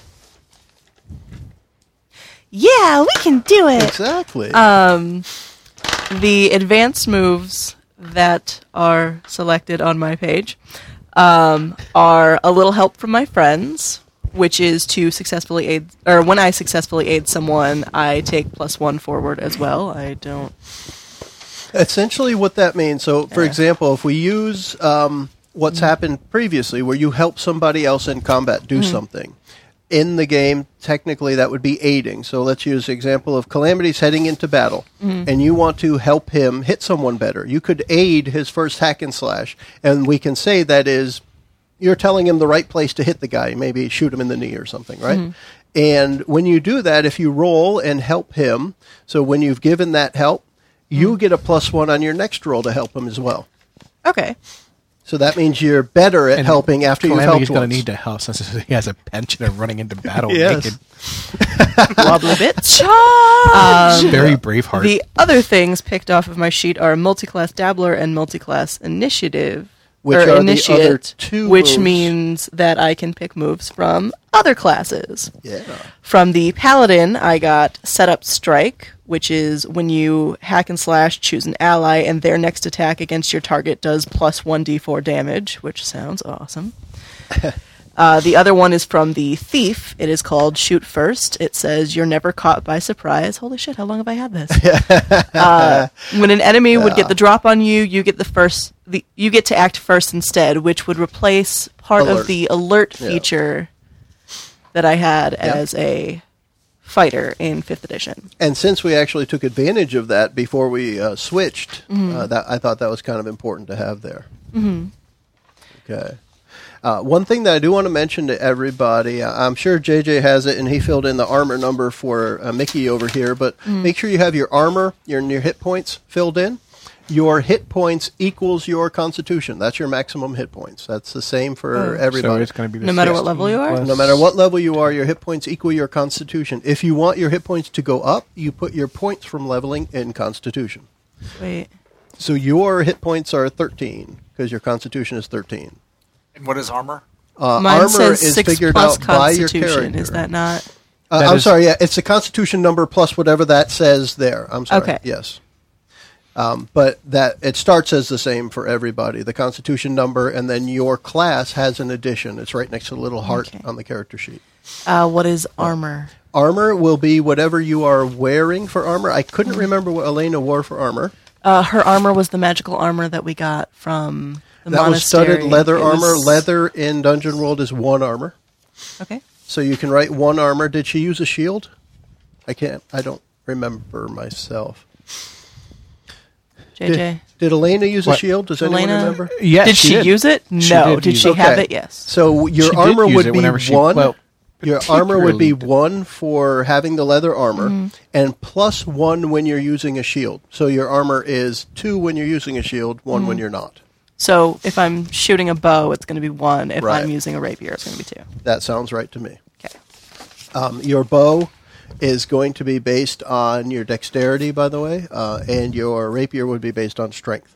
[SPEAKER 3] Yeah, we can do it.
[SPEAKER 1] Exactly.
[SPEAKER 3] the advanced moves that are selected on my page um, are a little help from my friends, which is to successfully aid, or when I successfully aid someone, I take plus one forward as well. I don't.
[SPEAKER 1] Essentially, what that means. So, for example, if we use um, what's happened previously, where you help somebody else in combat do something in the game, technically that would be aiding. So, let's use the example of Calamity's heading into battle, and you want to help him hit someone better. You could aid his first hack and slash, and we can say that is you're telling him the right place to hit the guy, maybe shoot him in the knee or something, right?
[SPEAKER 4] Mm-hmm.
[SPEAKER 1] And when you do that, if you roll and help him, so when you've given that help, you
[SPEAKER 4] Mm-hmm.
[SPEAKER 1] get a plus one on your next roll to help him as well.
[SPEAKER 3] Okay.
[SPEAKER 1] So that means you're better at
[SPEAKER 4] And
[SPEAKER 1] helping after you've helped
[SPEAKER 4] Calamity's going
[SPEAKER 1] once.
[SPEAKER 4] to need to help since he has a penchant of running into battle
[SPEAKER 1] Yes.
[SPEAKER 4] naked.
[SPEAKER 3] Wobbly bitch.
[SPEAKER 4] It's very brave heart.
[SPEAKER 3] Uh, Um, The other things picked off of my sheet are multiclass dabbler and multiclass initiative.
[SPEAKER 1] Which
[SPEAKER 3] or
[SPEAKER 1] are the other
[SPEAKER 3] initiate,
[SPEAKER 1] two
[SPEAKER 3] which
[SPEAKER 1] moves.
[SPEAKER 3] means that I can pick moves from other classes.
[SPEAKER 1] Yeah.
[SPEAKER 3] From the Paladin, I got Set Up Strike, which is when you hack and slash, choose an ally, and their next attack against your target does plus 1d4 damage, which sounds awesome. uh, the other one is from the Thief. It is called Shoot First. It says, You're never caught by surprise. Holy shit, how long have I had this? uh, when an enemy would get the drop on you, you get the first. The, you get to act first instead, which would replace part
[SPEAKER 1] Alert.
[SPEAKER 3] of the alert
[SPEAKER 1] Yeah.
[SPEAKER 3] feature that I had as a fighter in fifth edition.
[SPEAKER 1] And since we actually took advantage of that before we uh, switched, uh, that I thought that was kind of important to have there. Mm-hmm. Okay. Uh, one thing that I do want to mention to everybody, uh, I'm sure JJ has it, and he filled in the armor number for uh, Mickey over here. But make sure you have your armor, your your hit points filled in. Your hit points equals your Constitution. That's your maximum hit points. That's the same for everybody.
[SPEAKER 4] So it's going to be the
[SPEAKER 3] No matter what
[SPEAKER 4] 16
[SPEAKER 3] level you are?
[SPEAKER 4] plus-
[SPEAKER 1] No matter what level you are, your hit points equal your constitution. If you want your hit points to go up, you put your points from leveling in constitution.
[SPEAKER 3] Wait.
[SPEAKER 1] So your hit points are 13. because your constitution is 13.
[SPEAKER 5] And what is armor?
[SPEAKER 1] Uh,
[SPEAKER 3] Mine
[SPEAKER 1] armor
[SPEAKER 3] says
[SPEAKER 1] is
[SPEAKER 3] six
[SPEAKER 1] figured
[SPEAKER 3] plus
[SPEAKER 1] out by your
[SPEAKER 3] Constitution.
[SPEAKER 1] character.
[SPEAKER 3] Is that not?
[SPEAKER 1] Uh,
[SPEAKER 4] That
[SPEAKER 1] I'm
[SPEAKER 4] is-
[SPEAKER 1] sorry. Yeah, it's the Constitution number plus whatever that says there. I'm sorry.
[SPEAKER 3] Okay.
[SPEAKER 1] Yes. Um, but that it starts as the same for everybody. The Constitution number, and then your class has an addition. It's right next to the little heart
[SPEAKER 3] Okay.
[SPEAKER 1] on the character sheet.
[SPEAKER 3] Uh, what is armor?
[SPEAKER 1] Armor will be whatever you are wearing for armor. I couldn't
[SPEAKER 3] Hmm.
[SPEAKER 1] remember what Elena wore for armor.
[SPEAKER 3] Uh, her armor was the magical armor that we got from the
[SPEAKER 1] that was studded
[SPEAKER 3] monastery.
[SPEAKER 1] leather
[SPEAKER 3] It
[SPEAKER 1] armor.
[SPEAKER 3] was-
[SPEAKER 1] Leather in Dungeon World is one armor,
[SPEAKER 3] Okay.
[SPEAKER 1] so you can write one armor. Did she use a shield? I can't. I don't remember myself.
[SPEAKER 3] JJ.
[SPEAKER 1] Did, did Elena use a
[SPEAKER 4] What?
[SPEAKER 1] shield? Does anyone
[SPEAKER 3] Elena?
[SPEAKER 1] remember?
[SPEAKER 4] Yes,
[SPEAKER 3] did she,
[SPEAKER 4] did.
[SPEAKER 3] use it?
[SPEAKER 4] She
[SPEAKER 3] No.
[SPEAKER 4] did
[SPEAKER 3] Did,
[SPEAKER 4] use
[SPEAKER 3] she
[SPEAKER 4] it.
[SPEAKER 3] have it? Yes.
[SPEAKER 1] So your
[SPEAKER 4] She did
[SPEAKER 1] armor
[SPEAKER 4] use
[SPEAKER 1] would
[SPEAKER 4] it
[SPEAKER 1] be
[SPEAKER 4] whenever she-
[SPEAKER 1] one.
[SPEAKER 4] well,
[SPEAKER 1] your armor would be
[SPEAKER 4] particularly-
[SPEAKER 1] one for having the leather armor,
[SPEAKER 3] Mm-hmm.
[SPEAKER 1] and plus one when you're using a shield. So your armor is two when you're using a shield, one
[SPEAKER 3] Mm-hmm.
[SPEAKER 1] when you're not.
[SPEAKER 3] So if I'm shooting a bow, it's going to be one. If
[SPEAKER 1] Right.
[SPEAKER 3] I'm using a rapier, it's going to be two.
[SPEAKER 1] That sounds right to me.
[SPEAKER 3] Okay.
[SPEAKER 1] Um, your bow is going to be based on your dexterity, by the way, uh, and your rapier would be based on strength.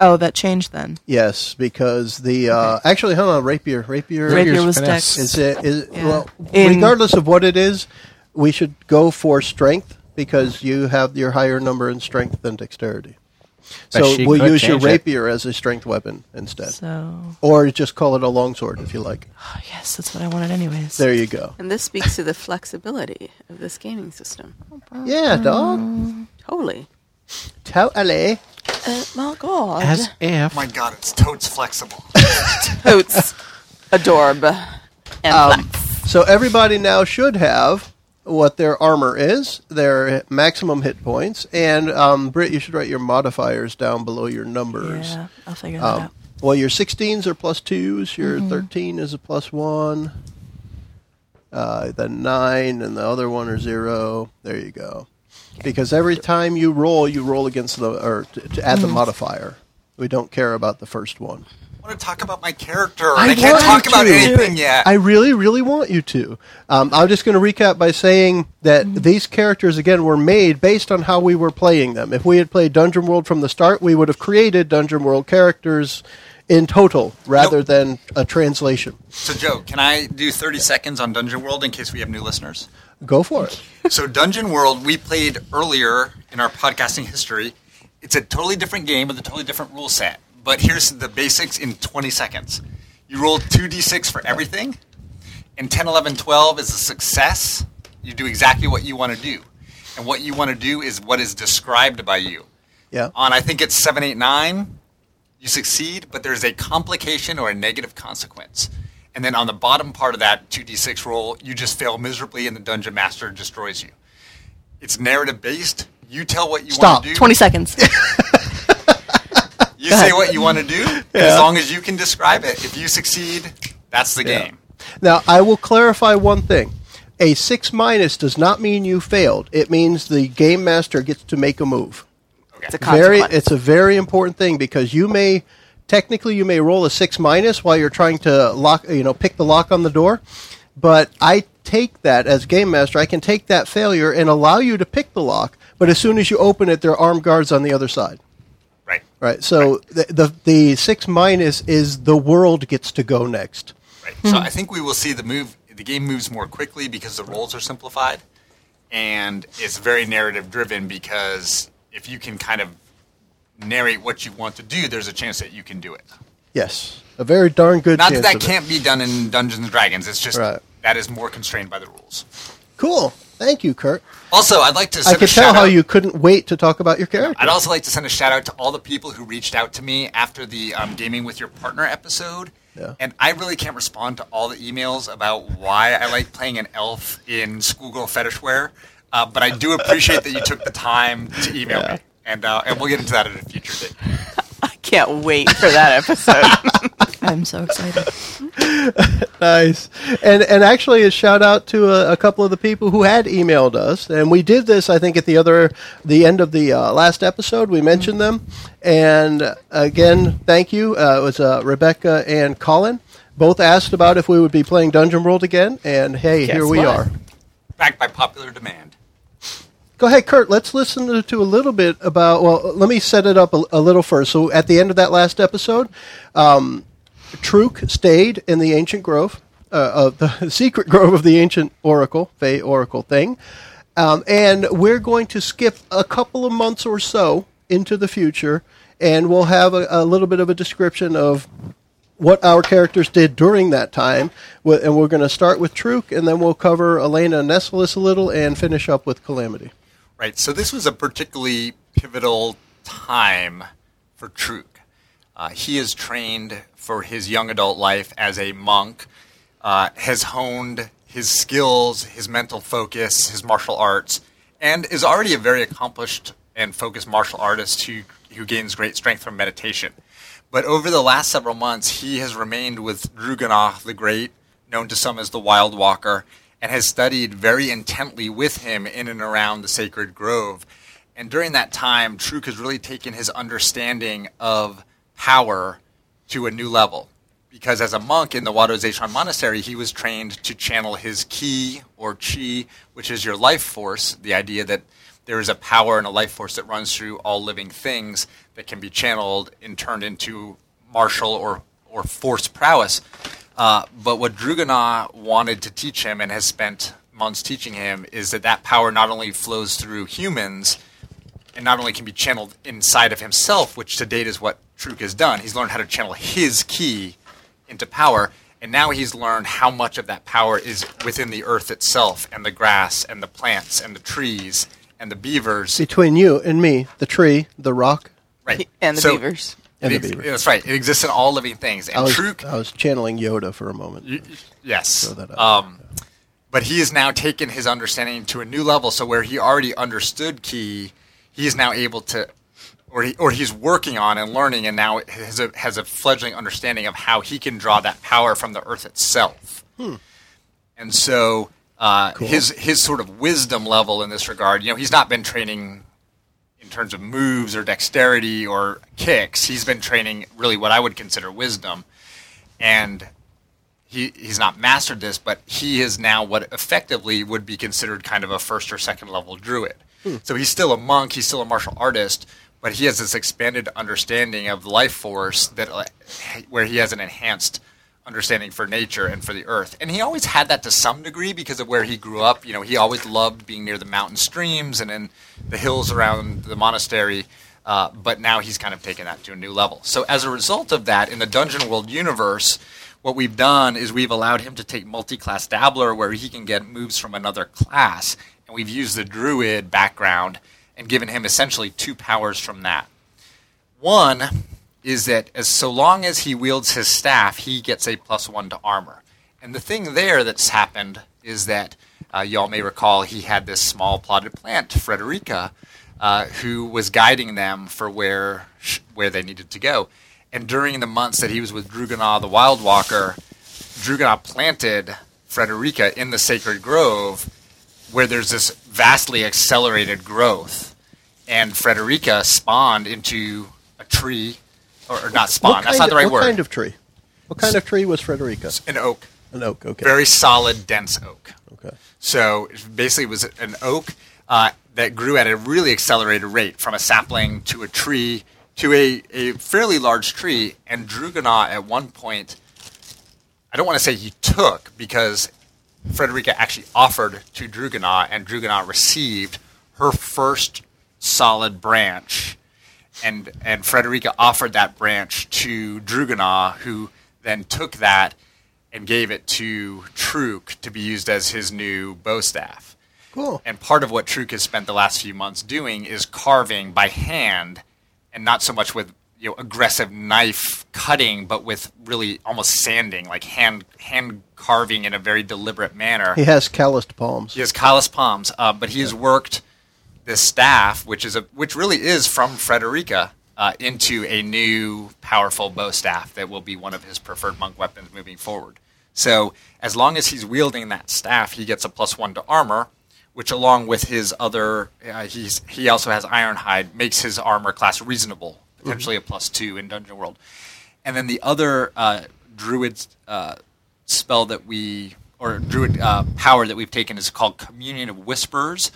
[SPEAKER 3] Oh, that changed then.
[SPEAKER 1] Yes, because the uh, actually, hold on, rapier, rapier,
[SPEAKER 4] Rapier's
[SPEAKER 3] rapier was
[SPEAKER 4] finesse.
[SPEAKER 3] dex.
[SPEAKER 1] Is it? uh, Is,
[SPEAKER 3] Yeah.
[SPEAKER 1] Well,
[SPEAKER 3] In-
[SPEAKER 1] regardless of what it is, we should go for strength because you have your higher number in strength than dexterity.
[SPEAKER 4] But
[SPEAKER 1] So
[SPEAKER 4] she
[SPEAKER 1] we'll
[SPEAKER 4] could
[SPEAKER 1] use your
[SPEAKER 4] change it.
[SPEAKER 1] rapier as a strength weapon instead,
[SPEAKER 3] So
[SPEAKER 1] or just call it a longsword if you like.
[SPEAKER 3] oh, yes, that's what I wanted, anyways.
[SPEAKER 1] There you go.
[SPEAKER 2] And this speaks to the flexibility of this gaming system.
[SPEAKER 3] Oh.
[SPEAKER 1] Yeah, dog.
[SPEAKER 2] Totally.
[SPEAKER 1] Totally.
[SPEAKER 2] Uh, my God.
[SPEAKER 4] As if
[SPEAKER 5] Oh my god, it's totes flexible.
[SPEAKER 2] Totes. Adorb. And
[SPEAKER 1] Um,
[SPEAKER 2] flex.
[SPEAKER 1] So everybody now should have what their armor is, their maximum hit points, and um, Britt, you should write your modifiers down below your numbers.
[SPEAKER 3] Yeah, I'll figure that
[SPEAKER 1] Um,
[SPEAKER 3] out.
[SPEAKER 1] Well, your 16s are plus twos. Your 13 is a plus one. Uh, the nine and the other one are zero. There you go. Because every time you roll, you roll against the or t- to add the modifier. We don't care about the first one.
[SPEAKER 5] I want to talk about my character. I, can't talk about anything yet.
[SPEAKER 1] I really, really want you to. Um, I'm just going to recap by saying that these characters, again, were made based on how we were playing them. If we had played Dungeon World from the start, we would have created Dungeon World characters in total rather
[SPEAKER 5] Nope.
[SPEAKER 1] than a translation.
[SPEAKER 5] so, Joe, can I do 30 seconds on Dungeon World in case we have new listeners?
[SPEAKER 1] Go for it.
[SPEAKER 5] so, Dungeon World, we played earlier in our podcasting history. It's a totally different game with a totally different rule set. But here's the basics in 20 seconds you roll 2d6 for everything, and 10, 11, 12 is a success. You do exactly what you want to do. And what you want to do is what is described by you.
[SPEAKER 1] Yeah.
[SPEAKER 5] on I think it's seven, eight, nine, you succeed, but there's a complication or a negative consequence. And then on the bottom part of that 2d6 roll, you just fail miserably and the dungeon master destroys you. It's narrative based. You tell what you
[SPEAKER 1] Stop.
[SPEAKER 5] want to do.
[SPEAKER 3] Twenty seconds.
[SPEAKER 5] You say what you want to do. As long as you can describe it. If you succeed, that's the game.
[SPEAKER 1] Now, I will clarify one thing. A six minus does not mean you failed. It means the game master gets to make a move.
[SPEAKER 2] It's a
[SPEAKER 1] Very,
[SPEAKER 2] consequence.
[SPEAKER 1] it's a very important thing because you may technically you may roll a six minus while you're trying to lock, you know, pick the lock on the door. But I take that as game master. I can take that failure and allow you to pick the lock. But as soon as you open it, there are armed guards on the other side.
[SPEAKER 5] Right.
[SPEAKER 1] Right. So The, the the six minus is the world gets to go next.
[SPEAKER 5] Right. So I think we will see the move. The game moves more quickly because the roles are simplified, and it's very narrative driven. Because if you can kind of narrate what you want to do, there's a chance that you can do it.
[SPEAKER 1] Yes, a very darn good.
[SPEAKER 5] Not
[SPEAKER 1] chance
[SPEAKER 5] that that
[SPEAKER 1] of it.
[SPEAKER 5] can't be done in Dungeons and Dragons. It's just
[SPEAKER 1] Right.
[SPEAKER 5] that is more constrained by the rules.
[SPEAKER 1] Cool. Thank you, Kurt.
[SPEAKER 5] Also, I'd like to. Send
[SPEAKER 1] I could
[SPEAKER 5] a
[SPEAKER 1] tell
[SPEAKER 5] shout
[SPEAKER 1] how
[SPEAKER 5] out-
[SPEAKER 1] you couldn't wait to talk about your character.
[SPEAKER 5] I'd also like to send a shout out to all the people who reached out to me after the um, gaming with your partner episode.
[SPEAKER 1] Yeah.
[SPEAKER 5] And I really can't respond to all the emails about why I like playing an elf in schoolgirl fetish wear, uh, but I do appreciate that you took the time to email me, and uh, and we'll get into that at a future date.
[SPEAKER 2] I can't wait for that episode.
[SPEAKER 3] I'm so excited.
[SPEAKER 1] nice. And and actually, a shout out to a, a couple of the people who had emailed us, and we did this. I think at the other the end of the uh, last episode, we mentioned them. And uh, again, thank you. Uh, it was uh, Rebecca and Colin. Both asked about if we would be playing Dungeon World again, and hey,
[SPEAKER 3] Guess
[SPEAKER 1] here we
[SPEAKER 3] what?
[SPEAKER 1] are.
[SPEAKER 5] Back by popular demand.
[SPEAKER 1] Go ahead, Kurt. Let's listen to, to a little bit about. Well, let me set it up a, a little first. So, at the end of that last episode, um, Truk stayed in the ancient grove, uh, of the secret grove of the ancient oracle, Fey oracle thing. Um, and we're going to skip a couple of months or so into the future, and we'll have a, a little bit of a description of what our characters did during that time. Wh- And we're going to start with Truk, and then we'll cover Elena and Nessalus a little, and finish up with Calamity.
[SPEAKER 5] Right. So this was a particularly pivotal time for Truk. Uh, he is trained for his young adult life as a monk, uh, has honed his skills, his mental focus, his martial arts, and is already a very accomplished and focused martial artist who, who gains great strength from meditation. But over the last several months, he has remained with Druganoth the Great, known to some as the Wild Walker, and has studied very intently with him in and around the sacred grove. And during that time, Truk has really taken his understanding of power to a new level. Because as a monk in the Wado Zeishan Monastery, he was trained to channel his ki or chi, which is your life force, the idea that there is a power and a life force that runs through all living things that can be channeled and turned into martial or, or force prowess. Uh, but what Drugana wanted to teach him and has spent months teaching him is that that power not only flows through humans, and not only can be channeled inside of himself, which to date is what Truk has done, he's learned how to channel his key into power, and now he's learned how much of that power is within the earth itself, and the grass, and the plants, and the trees, and the beavers.
[SPEAKER 1] Between you and me, the tree, the rock.
[SPEAKER 5] Right.
[SPEAKER 2] and the
[SPEAKER 5] So-
[SPEAKER 2] beavers.
[SPEAKER 1] And the
[SPEAKER 5] It ex-
[SPEAKER 1] beavers. uh,
[SPEAKER 5] That's right. It exists in all living things.
[SPEAKER 1] I
[SPEAKER 5] And
[SPEAKER 1] was,
[SPEAKER 5] Truk
[SPEAKER 1] I was channeling Yoda for a moment.
[SPEAKER 5] Yes.
[SPEAKER 1] Throw that out.
[SPEAKER 5] Um, but he has now taken his understanding to a new level. So where he already understood key, he is now able to, or he, or he's working on and learning, and now has a has a fledgling understanding of how he can draw that power from the earth itself.
[SPEAKER 1] Hmm.
[SPEAKER 5] And so uh, his his sort of wisdom level in this regard, you know, he's not been training in terms of moves or dexterity or kicks. He's been training really what I would consider wisdom, and he he's not mastered this, but he is now what effectively would be considered kind of a first or second level druid. So he's still a monk, he's still a martial artist, but he has this expanded understanding of life force that uh, where he has an enhanced understanding for nature and for the earth. And he always had that to some degree because of where he grew up. You know, he always loved being near the mountain streams and in the hills around the monastery. Uh, but now he's kind of taken that to a new level. So as a result of that, in the Dungeon World universe, what we've done is we've allowed him to take multi-class dabbler where he can get moves from another class and we've used the druid background and given him essentially two powers from that one is that as so long as he wields his staff, he gets a plus one to armor. And the thing there that's happened is that uh, y'all may recall he had this small plotted plant, Frederica, uh, who was guiding them for where where they needed to go. And during the months that he was with Drugana the Wild Walker, Drugana planted Frederica in the sacred grove, where there's this vastly accelerated growth and Frederica spawned into a tree, or, or not spawn.
[SPEAKER 1] What kind
[SPEAKER 5] That's not the
[SPEAKER 1] of-
[SPEAKER 5] right
[SPEAKER 1] what
[SPEAKER 5] word.
[SPEAKER 1] kind of tree? What kind of tree was Frederica?
[SPEAKER 5] an oak,
[SPEAKER 1] An oak. Okay.
[SPEAKER 5] very solid, dense oak.
[SPEAKER 1] okay.
[SPEAKER 5] So it basically, was an oak uh, that grew at a really accelerated rate, from a sapling to a tree to a, a fairly large tree. And Drugana at one point, I don't want to say he took because Frederica actually offered to Drugana, and Drugana received her first solid branch, and and Frederica offered that branch to Drugana, who then took that and gave it to Truk to be used as his new bow staff.
[SPEAKER 1] Cool.
[SPEAKER 5] And part of what Truk has spent the last few months doing is carving by hand, and not so much with you know aggressive knife cutting, but with really almost sanding, like hand hand carving in a very deliberate manner.
[SPEAKER 1] He has calloused palms.
[SPEAKER 5] He has callous palms, uh, but he has worked this staff, which is a which really is from Frederica, uh, into a new powerful bow staff that will be one of his preferred monk weapons moving forward. So as long as he's wielding that staff, he gets a plus one to armor, which along with his other, uh, he's he also has ironhide, makes his armor class reasonable, potentially a plus two in Dungeon World. And then the other uh, druid uh, spell that we or druid uh, power that we've taken is called Communion of Whispers.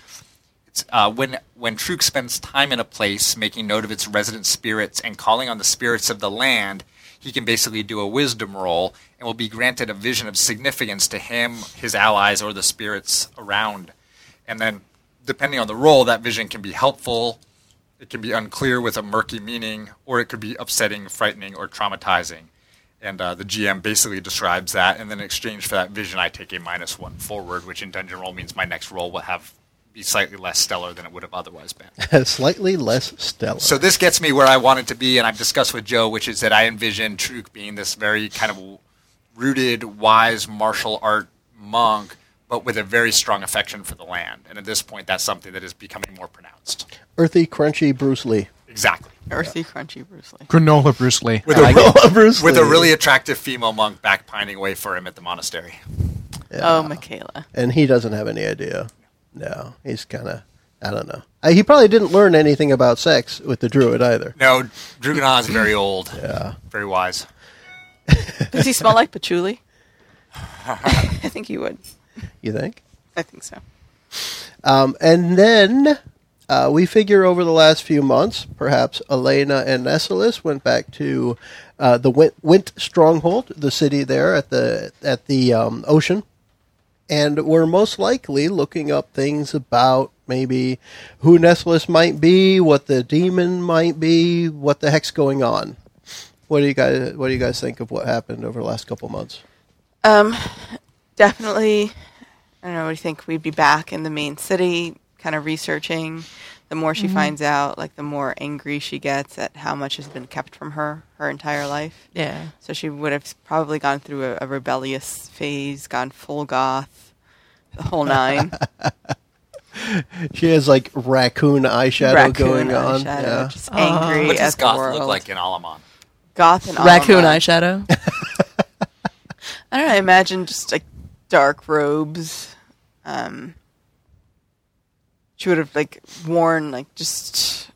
[SPEAKER 5] Uh, when when Truk spends time in a place, making note of its resident spirits and calling on the spirits of the land, he can basically do a wisdom roll and will be granted a vision of significance to him, his allies, or the spirits around. And then, depending on the role, that vision can be helpful. It can be unclear with a murky meaning, or it could be upsetting, frightening, or traumatizing. And uh, the GM basically describes that. And then, in exchange for that vision, I take a minus one forward, which in dungeon roll means my next roll will have be slightly less stellar than it would have otherwise been.
[SPEAKER 1] Slightly less stellar.
[SPEAKER 5] So this gets me where I wanted to be, and I've discussed with Joe, which is that I envision Truk being this very kind of rooted, wise martial art monk, but with a very strong affection for the land. And at this point, that's something that is becoming more pronounced.
[SPEAKER 1] Earthy, crunchy Bruce Lee.
[SPEAKER 5] Exactly.
[SPEAKER 2] Earthy, crunchy Bruce Lee.
[SPEAKER 4] Granola Bruce Lee.
[SPEAKER 5] With a,
[SPEAKER 1] Granola Bruce
[SPEAKER 5] with a
[SPEAKER 1] Lee.
[SPEAKER 5] really attractive female monk back pining away for him at the monastery.
[SPEAKER 2] Oh, Michaela.
[SPEAKER 1] And he doesn't have any idea. No, he's kind of, I don't know. Uh, He probably didn't learn anything about sex with the druid either.
[SPEAKER 5] No, Druganah is very old. Yeah. Very wise.
[SPEAKER 2] Does he smell like patchouli? I think he would.
[SPEAKER 1] You think?
[SPEAKER 2] I think so.
[SPEAKER 1] Um, and then uh, we figure over the last few months, perhaps Elena and Nessilis went back to uh, the Wint, Wint stronghold, the city there at the at the um, ocean, and were most likely looking up things about maybe who Nessilis might be, what the demon might be, what the heck's going on. What do you guys What do you guys think of what happened over the last couple months?
[SPEAKER 2] Um, definitely. I don't know. I think we'd be back in the main city, kind of researching. The more
[SPEAKER 1] Mm-hmm.
[SPEAKER 2] she finds out, like the more angry she gets at how much has been kept from her her entire life.
[SPEAKER 3] Yeah.
[SPEAKER 2] So she would have probably gone through a, a rebellious phase, gone full goth, the whole nine.
[SPEAKER 1] She has like raccoon eyeshadow
[SPEAKER 2] Raccoon
[SPEAKER 1] going on.
[SPEAKER 2] eyeshadow,
[SPEAKER 1] yeah.
[SPEAKER 2] Just angry
[SPEAKER 5] What does
[SPEAKER 2] at the
[SPEAKER 5] goth
[SPEAKER 2] world.
[SPEAKER 5] look like in Alamon?
[SPEAKER 2] Goth and
[SPEAKER 3] Raccoon
[SPEAKER 2] Alamon.
[SPEAKER 3] eyeshadow.
[SPEAKER 2] I don't know. I imagine just like dark robes. Um, she would have like worn like just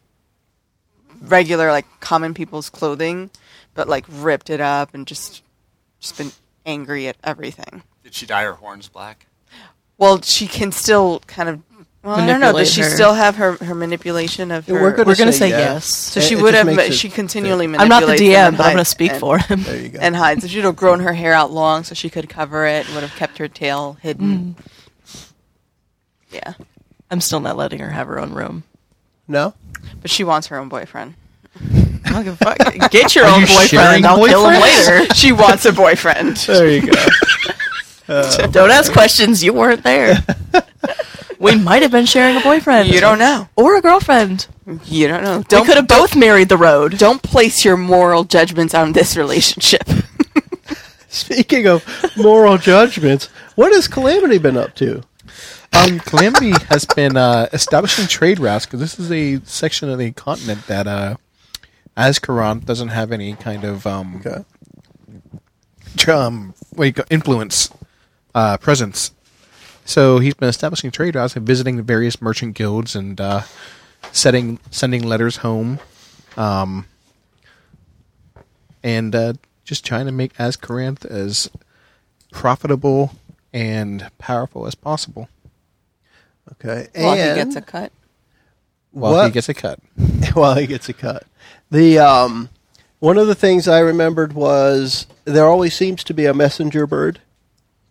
[SPEAKER 2] regular like common people's clothing, but like ripped it up and just just been angry at everything.
[SPEAKER 5] Did she dye her horns black?
[SPEAKER 2] Well, she can still kind of. Well, I don't know.
[SPEAKER 3] Manipulate
[SPEAKER 2] Does she
[SPEAKER 3] her.
[SPEAKER 2] still have her, her manipulation of her?
[SPEAKER 1] We're gonna,
[SPEAKER 3] We're gonna say
[SPEAKER 1] say
[SPEAKER 3] yes.
[SPEAKER 2] so she
[SPEAKER 1] It- it
[SPEAKER 2] would
[SPEAKER 1] just
[SPEAKER 2] have.
[SPEAKER 1] makes it-
[SPEAKER 2] She continually
[SPEAKER 3] I'm not the
[SPEAKER 2] manipulates them
[SPEAKER 3] DM,
[SPEAKER 2] and
[SPEAKER 3] but I'm going to
[SPEAKER 2] hides-
[SPEAKER 3] speak
[SPEAKER 2] and-
[SPEAKER 3] for him.
[SPEAKER 1] There you go.
[SPEAKER 2] and hides. If she'd have grown her hair out long so she could cover it, would have kept her tail hidden. Mm. Yeah,
[SPEAKER 3] I'm still not letting her have her own room.
[SPEAKER 1] no.
[SPEAKER 2] but she wants her own boyfriend.
[SPEAKER 3] I don't give a fuck. Get your
[SPEAKER 4] Are
[SPEAKER 3] own
[SPEAKER 4] you sharing
[SPEAKER 3] boyfriend. I'll kill him
[SPEAKER 4] boyfriends?
[SPEAKER 3] later.
[SPEAKER 2] she wants a boyfriend.
[SPEAKER 1] There you go.
[SPEAKER 3] Don't ask questions. You weren't there. we might have been sharing a boyfriend.
[SPEAKER 2] You don't know.
[SPEAKER 3] Or a girlfriend.
[SPEAKER 2] You don't know.
[SPEAKER 3] They
[SPEAKER 2] Don't
[SPEAKER 3] could have both married the road.
[SPEAKER 2] don't place your moral judgments on this relationship.
[SPEAKER 1] Speaking of moral judgments, what has Calamity been up to?
[SPEAKER 4] Um, Calamity has been uh, establishing trade routes because this is a section of the continent that uh, Azkaron doesn't have any kind of um,
[SPEAKER 1] Okay.
[SPEAKER 4] tr- um, what you call- influence uh, presence. So he's been establishing trade routes and visiting the various merchant guilds and uh, setting sending letters home, um, and uh, just trying to make Azkaranth as profitable and powerful as possible.
[SPEAKER 1] Okay.
[SPEAKER 2] While he
[SPEAKER 1] and
[SPEAKER 2] gets a cut.
[SPEAKER 4] While
[SPEAKER 1] What-
[SPEAKER 4] he gets a cut.
[SPEAKER 1] while he gets a cut. The um, one of the things I remembered was there always seems to be a messenger bird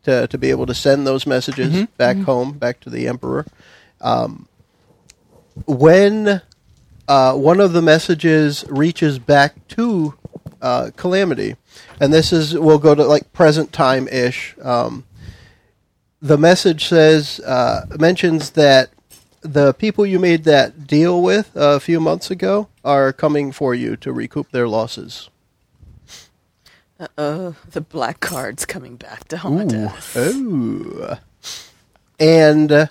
[SPEAKER 1] to to be able to send those messages back home, back to the emperor. Um, when uh, one of the messages reaches back to uh, Calamity, and this is we'll go to like present time ish. Um, the message says uh, mentions that the people you made that deal with a few months ago are coming for you to recoup their losses.
[SPEAKER 2] Uh-oh, the black card's coming back to haunt us.
[SPEAKER 1] Oh. And, uh,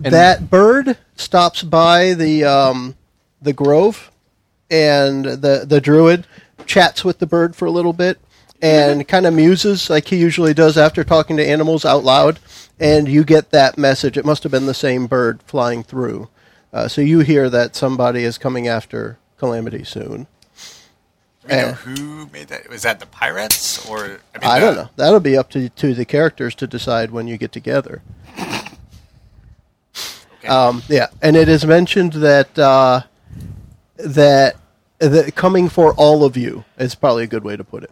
[SPEAKER 1] that bird stops by the um, the grove, and the the druid chats with the bird for a little bit, and kind of muses like he usually does after talking to animals out loud. And you get that message. It must have been the same bird flying through. Uh, so you hear that somebody is coming after Calamity soon.
[SPEAKER 5] Do we know
[SPEAKER 1] Eh.
[SPEAKER 5] who made that? Was that the pirates or I, mean, uh,
[SPEAKER 1] I don't
[SPEAKER 5] the-
[SPEAKER 1] know. That'll be up to to the characters to decide when you get together.
[SPEAKER 5] Okay.
[SPEAKER 1] Um, yeah, and it is mentioned that uh, that that coming for all of you is probably a good way to put it.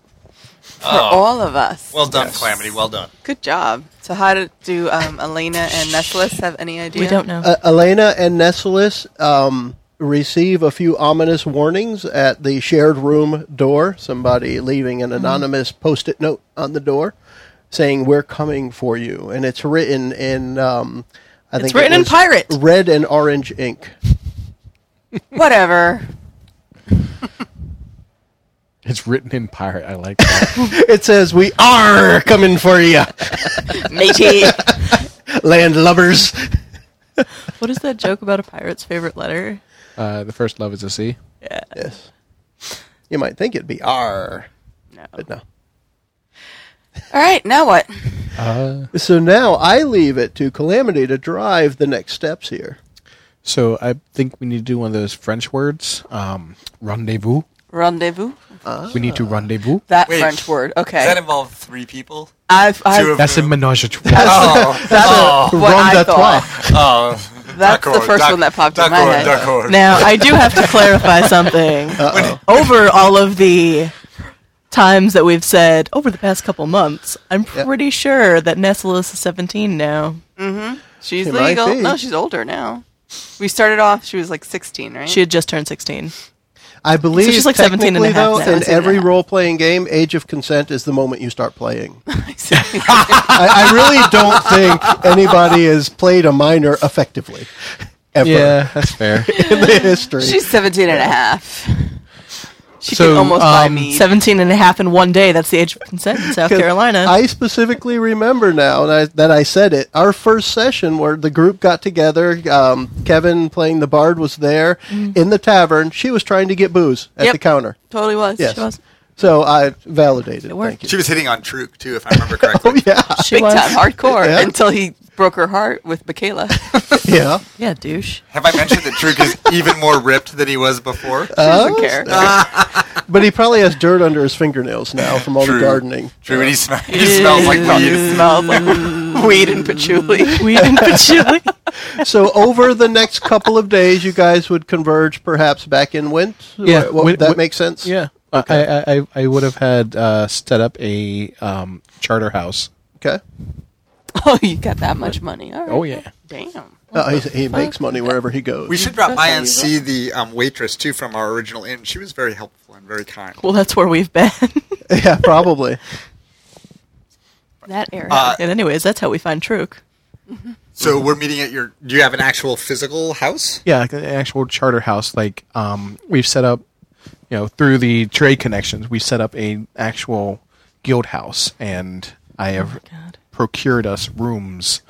[SPEAKER 2] for all of us.
[SPEAKER 5] Oh. well done, Calamity. Well done.
[SPEAKER 2] Good job. So, how do, do um, Elena and Nestlus have any idea?
[SPEAKER 3] We don't know.
[SPEAKER 1] Uh, Elena and Nessalus, um receive a few ominous warnings at the shared room door. Somebody leaving
[SPEAKER 3] Mm-hmm.
[SPEAKER 1] an anonymous post-it note on the door saying, "We're coming for you," and it's written in. Um, I
[SPEAKER 3] It's
[SPEAKER 1] think
[SPEAKER 3] written
[SPEAKER 1] it
[SPEAKER 3] in
[SPEAKER 1] was
[SPEAKER 3] pirate.
[SPEAKER 1] red and orange ink.
[SPEAKER 2] Whatever.
[SPEAKER 4] It's written in pirate. I like that.
[SPEAKER 1] It says, "We are coming for you,
[SPEAKER 3] matey.
[SPEAKER 1] landlubbers."
[SPEAKER 3] what is that joke about a pirate's favorite letter?
[SPEAKER 4] uh, the first love is a C.
[SPEAKER 3] Yeah.
[SPEAKER 1] Yes. You might think it'd be R,
[SPEAKER 2] No.
[SPEAKER 1] but no.
[SPEAKER 2] All right, now what?
[SPEAKER 4] Uh,
[SPEAKER 1] So now I leave it to Calamity to drive the next steps here.
[SPEAKER 4] so I think we need to do one of those French words. Um, rendezvous.
[SPEAKER 2] Rendezvous?
[SPEAKER 4] We need to rendezvous.
[SPEAKER 2] That
[SPEAKER 5] Wait.
[SPEAKER 2] French word.
[SPEAKER 5] Does
[SPEAKER 2] Okay.
[SPEAKER 5] that involve three people?
[SPEAKER 2] I've,
[SPEAKER 5] Two
[SPEAKER 2] I've,
[SPEAKER 5] of-
[SPEAKER 4] That's a
[SPEAKER 5] Boom.
[SPEAKER 4] menage a trois.
[SPEAKER 5] Oh,
[SPEAKER 2] that's what I thought.
[SPEAKER 5] oh.
[SPEAKER 2] That's the first one that popped in my head.
[SPEAKER 5] D'accord.
[SPEAKER 3] Now, I do have to clarify something. Over all of the times that we've said over the past couple months, I'm pretty sure that Nessalus is 17 now.
[SPEAKER 2] She's
[SPEAKER 1] She might
[SPEAKER 2] legal.
[SPEAKER 1] be.
[SPEAKER 2] No, she's older now. We started off, she was like 16, right?
[SPEAKER 3] She had just turned 16.
[SPEAKER 1] I believe
[SPEAKER 3] she's like 17 and a
[SPEAKER 1] technically,
[SPEAKER 3] half
[SPEAKER 1] though,
[SPEAKER 3] now.
[SPEAKER 1] in
[SPEAKER 3] 17
[SPEAKER 2] and a
[SPEAKER 1] every
[SPEAKER 2] half.
[SPEAKER 1] role-playing game, age of consent is the moment you start playing. I, I really don't think anybody has played a minor effectively ever
[SPEAKER 4] yeah, that's fair.
[SPEAKER 1] in the history.
[SPEAKER 2] she's 17 and a half. She
[SPEAKER 4] So,
[SPEAKER 2] can almost buy
[SPEAKER 4] um,
[SPEAKER 2] me.
[SPEAKER 3] 17 and a half in one day. That's the age of consent in South
[SPEAKER 1] 'Cause
[SPEAKER 3] Carolina.
[SPEAKER 1] I specifically remember now and I, that I said it. Our first session where the group got together, um, Kevin playing the bard was there
[SPEAKER 3] Mm-hmm.
[SPEAKER 1] in the tavern. She was trying to get booze at
[SPEAKER 2] Yep.
[SPEAKER 1] the counter.
[SPEAKER 2] totally was.
[SPEAKER 1] Yes.
[SPEAKER 2] She was.
[SPEAKER 1] So I validated. It
[SPEAKER 3] worked.
[SPEAKER 1] Thank
[SPEAKER 5] She
[SPEAKER 1] you.
[SPEAKER 5] was hitting on Truk too, if I remember
[SPEAKER 2] Oh,
[SPEAKER 5] correctly.
[SPEAKER 1] Yeah,
[SPEAKER 3] she
[SPEAKER 2] Big
[SPEAKER 3] was.
[SPEAKER 2] time hardcore
[SPEAKER 1] Yeah.
[SPEAKER 2] until he broke her heart with Michaela.
[SPEAKER 1] yeah.
[SPEAKER 3] Yeah, douche.
[SPEAKER 5] Have I mentioned that Truk is even more ripped than he was before?
[SPEAKER 2] doesn't care.
[SPEAKER 1] But he probably has dirt under his fingernails now from all
[SPEAKER 5] True.
[SPEAKER 1] the gardening.
[SPEAKER 5] True, and he, sm- he smells like
[SPEAKER 2] It
[SPEAKER 5] weed.
[SPEAKER 2] smells like weed and patchouli.
[SPEAKER 3] We didn't put chili.
[SPEAKER 1] So over the next couple of days, you guys would converge, perhaps back in Wint.
[SPEAKER 4] Yeah,
[SPEAKER 1] Wha- what-
[SPEAKER 4] Wint-
[SPEAKER 1] that
[SPEAKER 4] Wint-
[SPEAKER 1] makes sense.
[SPEAKER 4] yeah. Uh, I, I- I, I would have had uh, set up a um, charter house.
[SPEAKER 1] Okay.
[SPEAKER 2] Oh, you got that much money. All right.
[SPEAKER 4] Oh, yeah.
[SPEAKER 2] Damn.
[SPEAKER 1] Uh, he, he makes money wherever he goes.
[SPEAKER 5] We should drop by and
[SPEAKER 2] That's
[SPEAKER 5] see the um, waitress too from our original inn. She was very helpful and very kind.
[SPEAKER 3] Well, that's where we've been.
[SPEAKER 1] yeah, probably.
[SPEAKER 2] That area.
[SPEAKER 5] Uh,
[SPEAKER 3] and anyways, that's how we find Truk.
[SPEAKER 5] So we're meeting at your. Do you have an actual physical house?
[SPEAKER 4] Yeah, like an actual charter house. Like um, we've set up, you know, through the trade connections, we set up a actual guild house, and I have
[SPEAKER 3] God.
[SPEAKER 4] procured us rooms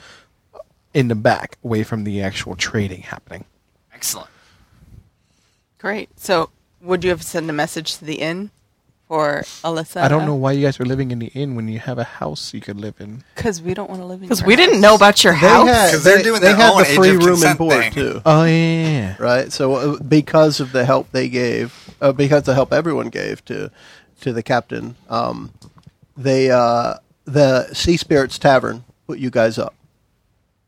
[SPEAKER 4] in the back, away from the actual trading happening.
[SPEAKER 5] Excellent.
[SPEAKER 2] Great. So, would you have sent a message to the inn for Alyssa?
[SPEAKER 4] I don't know why you guys are living in the inn when you have a house you could live in.
[SPEAKER 2] Because we don't want to live in
[SPEAKER 3] Because
[SPEAKER 2] your
[SPEAKER 3] we didn't
[SPEAKER 2] house.
[SPEAKER 3] know about your
[SPEAKER 1] They
[SPEAKER 3] house.
[SPEAKER 1] had,
[SPEAKER 5] 'Cause they're
[SPEAKER 1] they,
[SPEAKER 5] doing
[SPEAKER 1] they
[SPEAKER 5] their
[SPEAKER 1] had
[SPEAKER 5] own
[SPEAKER 1] the
[SPEAKER 5] Age
[SPEAKER 1] free
[SPEAKER 5] of
[SPEAKER 1] room and
[SPEAKER 5] Consent
[SPEAKER 1] board
[SPEAKER 5] thing.
[SPEAKER 1] too,
[SPEAKER 4] Oh yeah.
[SPEAKER 1] right? So uh, because of the help they gave, uh, because the help everyone gave to to the captain, um, they uh, the Sea Spirits Tavern put you guys up.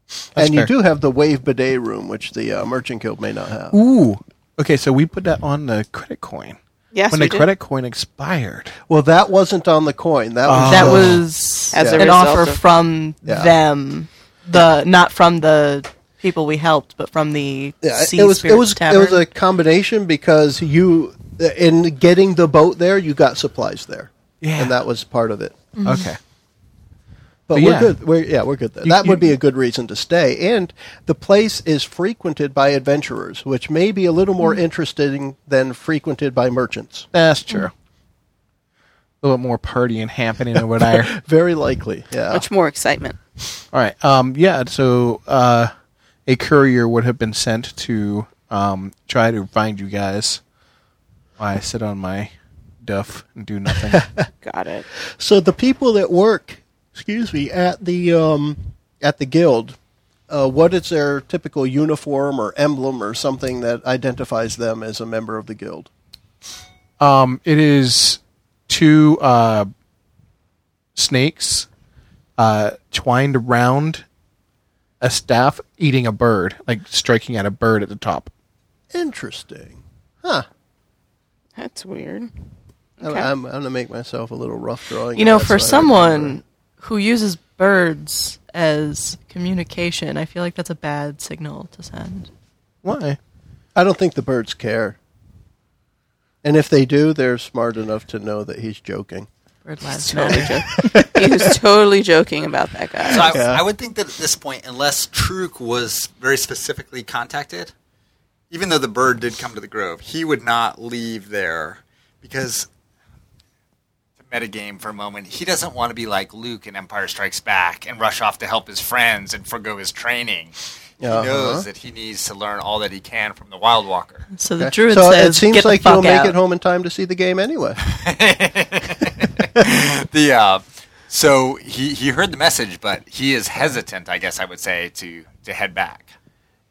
[SPEAKER 4] That's
[SPEAKER 1] and
[SPEAKER 4] fair.
[SPEAKER 1] you do have the wave bidet room, which the uh, merchant guild may not have.
[SPEAKER 4] Ooh. Okay, so we put that on the credit coin.
[SPEAKER 2] Yes,
[SPEAKER 4] When
[SPEAKER 2] we
[SPEAKER 4] the
[SPEAKER 2] did.
[SPEAKER 4] credit coin expired.
[SPEAKER 1] Well, that wasn't on the coin. That
[SPEAKER 4] Oh.
[SPEAKER 1] was
[SPEAKER 3] that
[SPEAKER 1] uh,
[SPEAKER 3] was
[SPEAKER 2] As a
[SPEAKER 3] an
[SPEAKER 2] result
[SPEAKER 3] offer
[SPEAKER 2] of-
[SPEAKER 3] from
[SPEAKER 1] Yeah.
[SPEAKER 3] them. The not from the people we helped, but from the
[SPEAKER 1] yeah,
[SPEAKER 3] sea
[SPEAKER 1] it was it
[SPEAKER 3] spirits
[SPEAKER 1] was
[SPEAKER 3] tavern.
[SPEAKER 1] it was a combination because you uh, in getting the boat there, you got supplies there,
[SPEAKER 4] Yeah.
[SPEAKER 1] and that was part of it.
[SPEAKER 2] Mm-hmm.
[SPEAKER 4] Okay.
[SPEAKER 1] But
[SPEAKER 4] But
[SPEAKER 1] we're
[SPEAKER 4] yeah.
[SPEAKER 1] good. We're, yeah, we're good. There.
[SPEAKER 4] You-
[SPEAKER 1] that
[SPEAKER 4] you-
[SPEAKER 1] would be a good reason to stay, and the place is frequented by adventurers, which may be a little more interesting than frequented by merchants.
[SPEAKER 4] That's
[SPEAKER 2] Mm-hmm.
[SPEAKER 4] true. A little more partying happening over there.
[SPEAKER 1] Very likely. Yeah.
[SPEAKER 2] Much more excitement.
[SPEAKER 4] All right. Um, yeah. So uh, a courier would have been sent to um, try to find you guys. I sit on my duff and do nothing.
[SPEAKER 2] Got it.
[SPEAKER 1] So the people that work, excuse me, at the um, at the guild, uh, what is their typical uniform or emblem or something that identifies them as a member of the guild?
[SPEAKER 4] um, it is two uh, snakes uh, twined around a staff eating a bird, like striking at a bird at the top.
[SPEAKER 1] Interesting. Huh.
[SPEAKER 2] That's weird.
[SPEAKER 1] I-
[SPEAKER 2] Okay.
[SPEAKER 1] I'm, I'm going to make myself a little rough drawing.
[SPEAKER 3] You
[SPEAKER 1] of
[SPEAKER 3] know,
[SPEAKER 1] that
[SPEAKER 3] for
[SPEAKER 1] so I remember.
[SPEAKER 3] someone who uses birds as communication, I feel like that's a bad signal to send.
[SPEAKER 4] Why?
[SPEAKER 1] I don't think the birds care. And if they do, they're smart enough to know that he's joking.
[SPEAKER 3] Bird lives
[SPEAKER 2] Totally
[SPEAKER 3] matter.
[SPEAKER 2] joking. he was totally joking about that
[SPEAKER 5] So
[SPEAKER 2] guy.
[SPEAKER 5] I,
[SPEAKER 1] Yeah.
[SPEAKER 5] I would think that at this point, unless Truk was very specifically contacted, even though the bird did come to the grove, he would not leave there because to metagame for a moment, he doesn't want to be like Luke in Empire Strikes Back and rush off to help his friends and forgo his training. He
[SPEAKER 1] Uh-huh.
[SPEAKER 5] knows that he needs to learn all that he can from the Wild Walker.
[SPEAKER 3] So the
[SPEAKER 1] Okay?
[SPEAKER 3] druid
[SPEAKER 1] so
[SPEAKER 3] says,
[SPEAKER 1] it seems
[SPEAKER 3] "Get the
[SPEAKER 1] like
[SPEAKER 3] fuck
[SPEAKER 1] you'll make
[SPEAKER 3] out."
[SPEAKER 1] it home in time to see the game anyway.
[SPEAKER 5] the uh, so he, he heard the message, but he is hesitant. I guess I would say to to head back.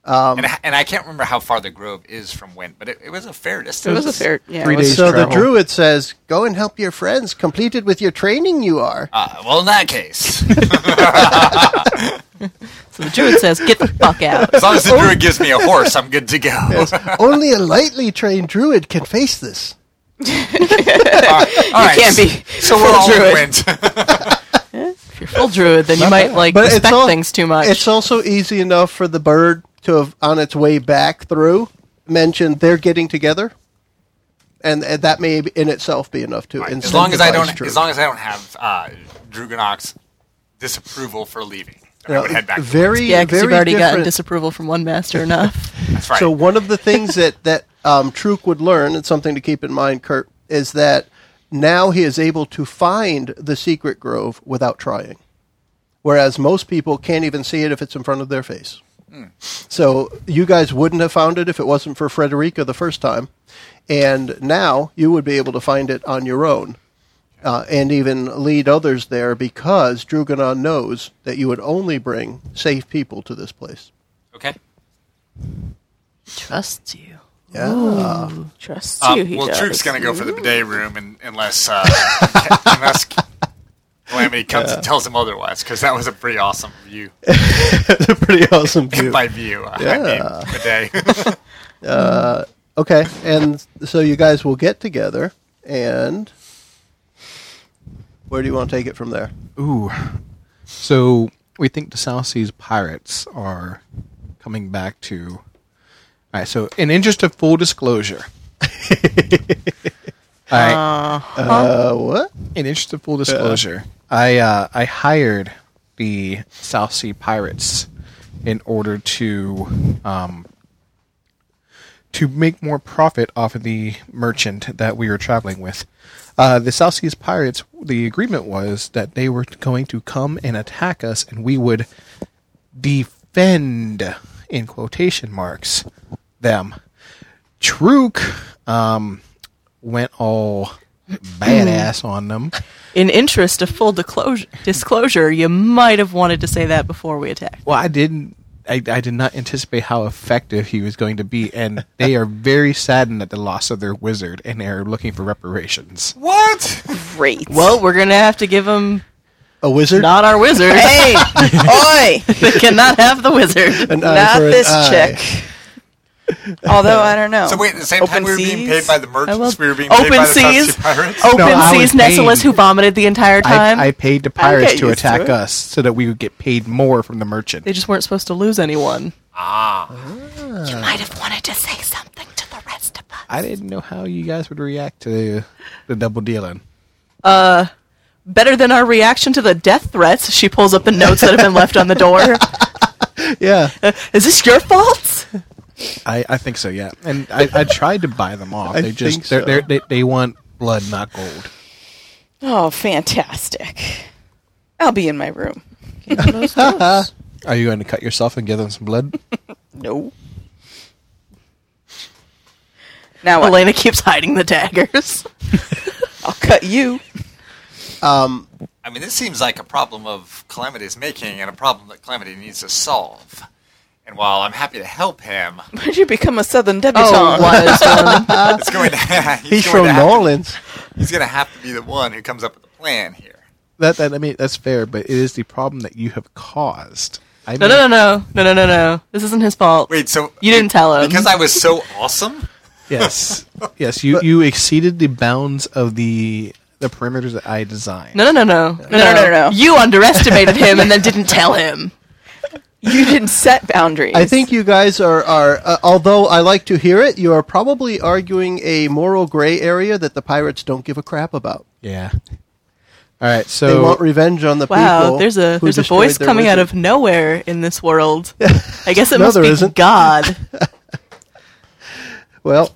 [SPEAKER 5] and, I, and I can't remember how far the grove is from Wint, but it, it was a fair
[SPEAKER 2] It
[SPEAKER 5] distance.
[SPEAKER 2] was a fair. Yeah.
[SPEAKER 4] Three
[SPEAKER 2] it was-
[SPEAKER 4] days.
[SPEAKER 1] so the
[SPEAKER 4] travel.
[SPEAKER 1] druid says, "Go and help your friends. Completed with your training, you are."
[SPEAKER 3] Ah.
[SPEAKER 5] Uh, well, in that case,
[SPEAKER 3] So the druid says, "Get the fuck out."
[SPEAKER 5] as long as the druid gives me a horse, I'm good to go.
[SPEAKER 1] Only a lightly trained druid can face this.
[SPEAKER 5] All right,
[SPEAKER 2] Can't be.
[SPEAKER 5] So we're all
[SPEAKER 2] druid.
[SPEAKER 5] in Wint.
[SPEAKER 3] If you're full druid, then you might like
[SPEAKER 1] But it's
[SPEAKER 3] respect
[SPEAKER 1] all-
[SPEAKER 3] things too much.
[SPEAKER 1] It's also easy enough for the bird to have, on its way back through, mentioned they're getting together, and, and that may in itself be enough to.
[SPEAKER 5] as long as I
[SPEAKER 1] incentivize
[SPEAKER 5] don't,
[SPEAKER 1] druid.
[SPEAKER 5] as long as I don't have uh, Druganox disapproval for leaving, then I would
[SPEAKER 1] Yeah,
[SPEAKER 5] head back. to Wint.
[SPEAKER 1] very,
[SPEAKER 3] yeah, because
[SPEAKER 1] very
[SPEAKER 3] you've already gotten
[SPEAKER 1] different.
[SPEAKER 3] disapproval from one master enough.
[SPEAKER 5] That's right.
[SPEAKER 1] So one of the things that that um, Truk would learn, and something to keep in mind, Kurt, is that now he is able to find the secret grove without trying, whereas most people can't even see it if it's in front of their face. So you guys wouldn't have found it if it wasn't for Frederica the first time, and now you would be able to find it on your own. Uh, and even lead others there because Druganon knows that you would only bring safe people to this place.
[SPEAKER 5] okay.
[SPEAKER 3] Trust you.
[SPEAKER 1] Yeah.
[SPEAKER 2] Trust
[SPEAKER 5] Uh,
[SPEAKER 2] you. He
[SPEAKER 5] well,
[SPEAKER 2] does.
[SPEAKER 5] Troop's going to go for the bidet room and, unless uh, ca- unless Calamity comes and tells him otherwise, because that was a pretty awesome view.
[SPEAKER 1] It's a pretty awesome view.
[SPEAKER 5] By view, uh, I mean bidet.
[SPEAKER 1] Okay, and so you guys will get together, and where do you want to take it from there?
[SPEAKER 4] Ooh. So we think the South Seas pirates are coming back to. All right. So, in interest of full disclosure. all right.
[SPEAKER 1] Uh, what?
[SPEAKER 4] in interest of full disclosure, I uh, I hired the South Sea Pirates in order to um, to make more profit off of the merchant that we were traveling with. Uh, the South Seas Pirates. The agreement was that they were going to come and attack us, and we would defend in quotation marks them. Truk um, went all badass on them.
[SPEAKER 3] In interest of full disclosure, disclosure, you might have wanted to say that before we attacked.
[SPEAKER 4] Well, I didn't. I, I did not anticipate how effective he was going to be, and they are very saddened at the loss of their wizard, and they are looking for reparations.
[SPEAKER 5] what?
[SPEAKER 2] Great.
[SPEAKER 3] Well, we're gonna have to give them
[SPEAKER 1] A wizard?
[SPEAKER 3] not our wizard.
[SPEAKER 2] hey, oi,
[SPEAKER 3] they cannot have the wizard.
[SPEAKER 1] An eye
[SPEAKER 2] not
[SPEAKER 1] for an
[SPEAKER 2] this
[SPEAKER 1] eye.
[SPEAKER 2] chick. Although I don't know.
[SPEAKER 5] So wait, at the same
[SPEAKER 2] Open
[SPEAKER 5] time we were being
[SPEAKER 2] seas?
[SPEAKER 5] paid by the
[SPEAKER 3] I love-
[SPEAKER 5] merchants, we were being
[SPEAKER 3] Open
[SPEAKER 5] paid by the
[SPEAKER 3] seas? Oh.
[SPEAKER 5] South Sea pirates.
[SPEAKER 3] Open
[SPEAKER 4] No, I
[SPEAKER 3] seas
[SPEAKER 4] was
[SPEAKER 3] Nessalus
[SPEAKER 4] paid.
[SPEAKER 3] who vomited the entire time.
[SPEAKER 4] I, I paid the pirates
[SPEAKER 3] get
[SPEAKER 4] to
[SPEAKER 3] used to
[SPEAKER 4] attack
[SPEAKER 3] it.
[SPEAKER 4] us so that we would get paid more from the merchant.
[SPEAKER 3] they just weren't supposed to lose anyone.
[SPEAKER 5] Ah,
[SPEAKER 3] You might have wanted to say something to the rest of us.
[SPEAKER 4] I didn't know how you guys would react to the double dealing.
[SPEAKER 3] Better than our reaction to the death threats. She pulls up the notes that have been left on the door. Uh,
[SPEAKER 1] Yeah.
[SPEAKER 3] Is this your fault?
[SPEAKER 4] I, I think so, yeah. And I, I tried to buy them off.
[SPEAKER 1] I
[SPEAKER 4] They just
[SPEAKER 1] think
[SPEAKER 4] they're,
[SPEAKER 1] so.
[SPEAKER 4] they're, they they want blood, not gold.
[SPEAKER 2] oh, fantastic! I'll be in my room.
[SPEAKER 4] Are you going to cut yourself and give them some blood?
[SPEAKER 2] No. Now what?
[SPEAKER 3] Elena keeps hiding the daggers.
[SPEAKER 2] I'll cut you.
[SPEAKER 1] Um,
[SPEAKER 5] I mean, this seems like a problem of Calamity's making, and a problem that Calamity needs to solve. And while I'm happy to help him,
[SPEAKER 2] Why'd you become a Southern debutante?
[SPEAKER 5] it's going to
[SPEAKER 1] he's
[SPEAKER 5] he's, going
[SPEAKER 1] from
[SPEAKER 5] to
[SPEAKER 1] New
[SPEAKER 5] have to-
[SPEAKER 1] Orleans.
[SPEAKER 5] he's going to have to be the one who comes up with the plan here.
[SPEAKER 4] that, that I mean that's fair, but it is the problem that you have caused. I
[SPEAKER 3] No, no, no, no, no, no, no, no. This isn't his fault.
[SPEAKER 5] Wait, so
[SPEAKER 3] you didn't tell him
[SPEAKER 5] because I was so awesome.
[SPEAKER 4] Yes, yes. You you exceeded the bounds of the the perimeters that I designed.
[SPEAKER 3] No, no, no, no, no,
[SPEAKER 2] no, no, no.
[SPEAKER 3] You underestimated him and then didn't tell him.
[SPEAKER 2] You didn't set boundaries.
[SPEAKER 1] I think you guys are are. Uh, although I like to hear it, you are probably arguing a moral gray area that the pirates don't give a crap about.
[SPEAKER 4] Yeah. All right.
[SPEAKER 1] They
[SPEAKER 4] So
[SPEAKER 1] want revenge on the people.
[SPEAKER 3] Wow, there's a
[SPEAKER 1] who
[SPEAKER 3] there's a
[SPEAKER 1] destroyed
[SPEAKER 3] voice
[SPEAKER 1] their
[SPEAKER 3] coming out
[SPEAKER 1] wizard.
[SPEAKER 3] of nowhere in this world. I guess it
[SPEAKER 1] No,
[SPEAKER 3] must
[SPEAKER 1] there
[SPEAKER 3] be
[SPEAKER 1] isn't.
[SPEAKER 3] God.
[SPEAKER 1] Well,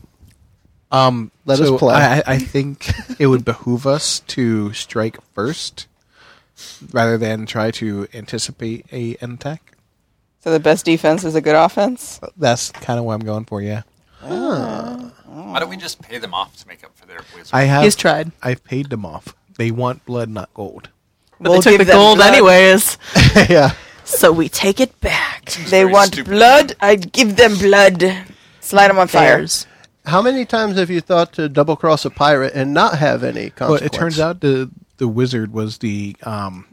[SPEAKER 4] um,
[SPEAKER 1] Let
[SPEAKER 4] so
[SPEAKER 1] us play.
[SPEAKER 4] I, I- I think it would behoove us to strike first, rather than try to anticipate a an attack.
[SPEAKER 2] so. The best defense is a good offense.
[SPEAKER 4] That's kind of what I'm going for. Yeah.
[SPEAKER 5] Why don't we just pay them off to make up for their wizard?
[SPEAKER 4] I have.
[SPEAKER 3] He's tried,
[SPEAKER 4] I've paid them off. They want blood, not gold.
[SPEAKER 3] but
[SPEAKER 2] We'll
[SPEAKER 3] they took
[SPEAKER 2] give
[SPEAKER 3] the
[SPEAKER 2] them
[SPEAKER 3] gold
[SPEAKER 2] blood.
[SPEAKER 3] anyways.
[SPEAKER 1] yeah.
[SPEAKER 3] So we take it back.
[SPEAKER 2] They
[SPEAKER 5] Very
[SPEAKER 2] want
[SPEAKER 5] stupid.
[SPEAKER 2] blood. I give them blood. Slide them on fire.
[SPEAKER 3] Bears.
[SPEAKER 1] How many times have you thought to double cross a pirate and not have any
[SPEAKER 4] Well,
[SPEAKER 1] consequence?
[SPEAKER 4] it turns out the the wizard was the um,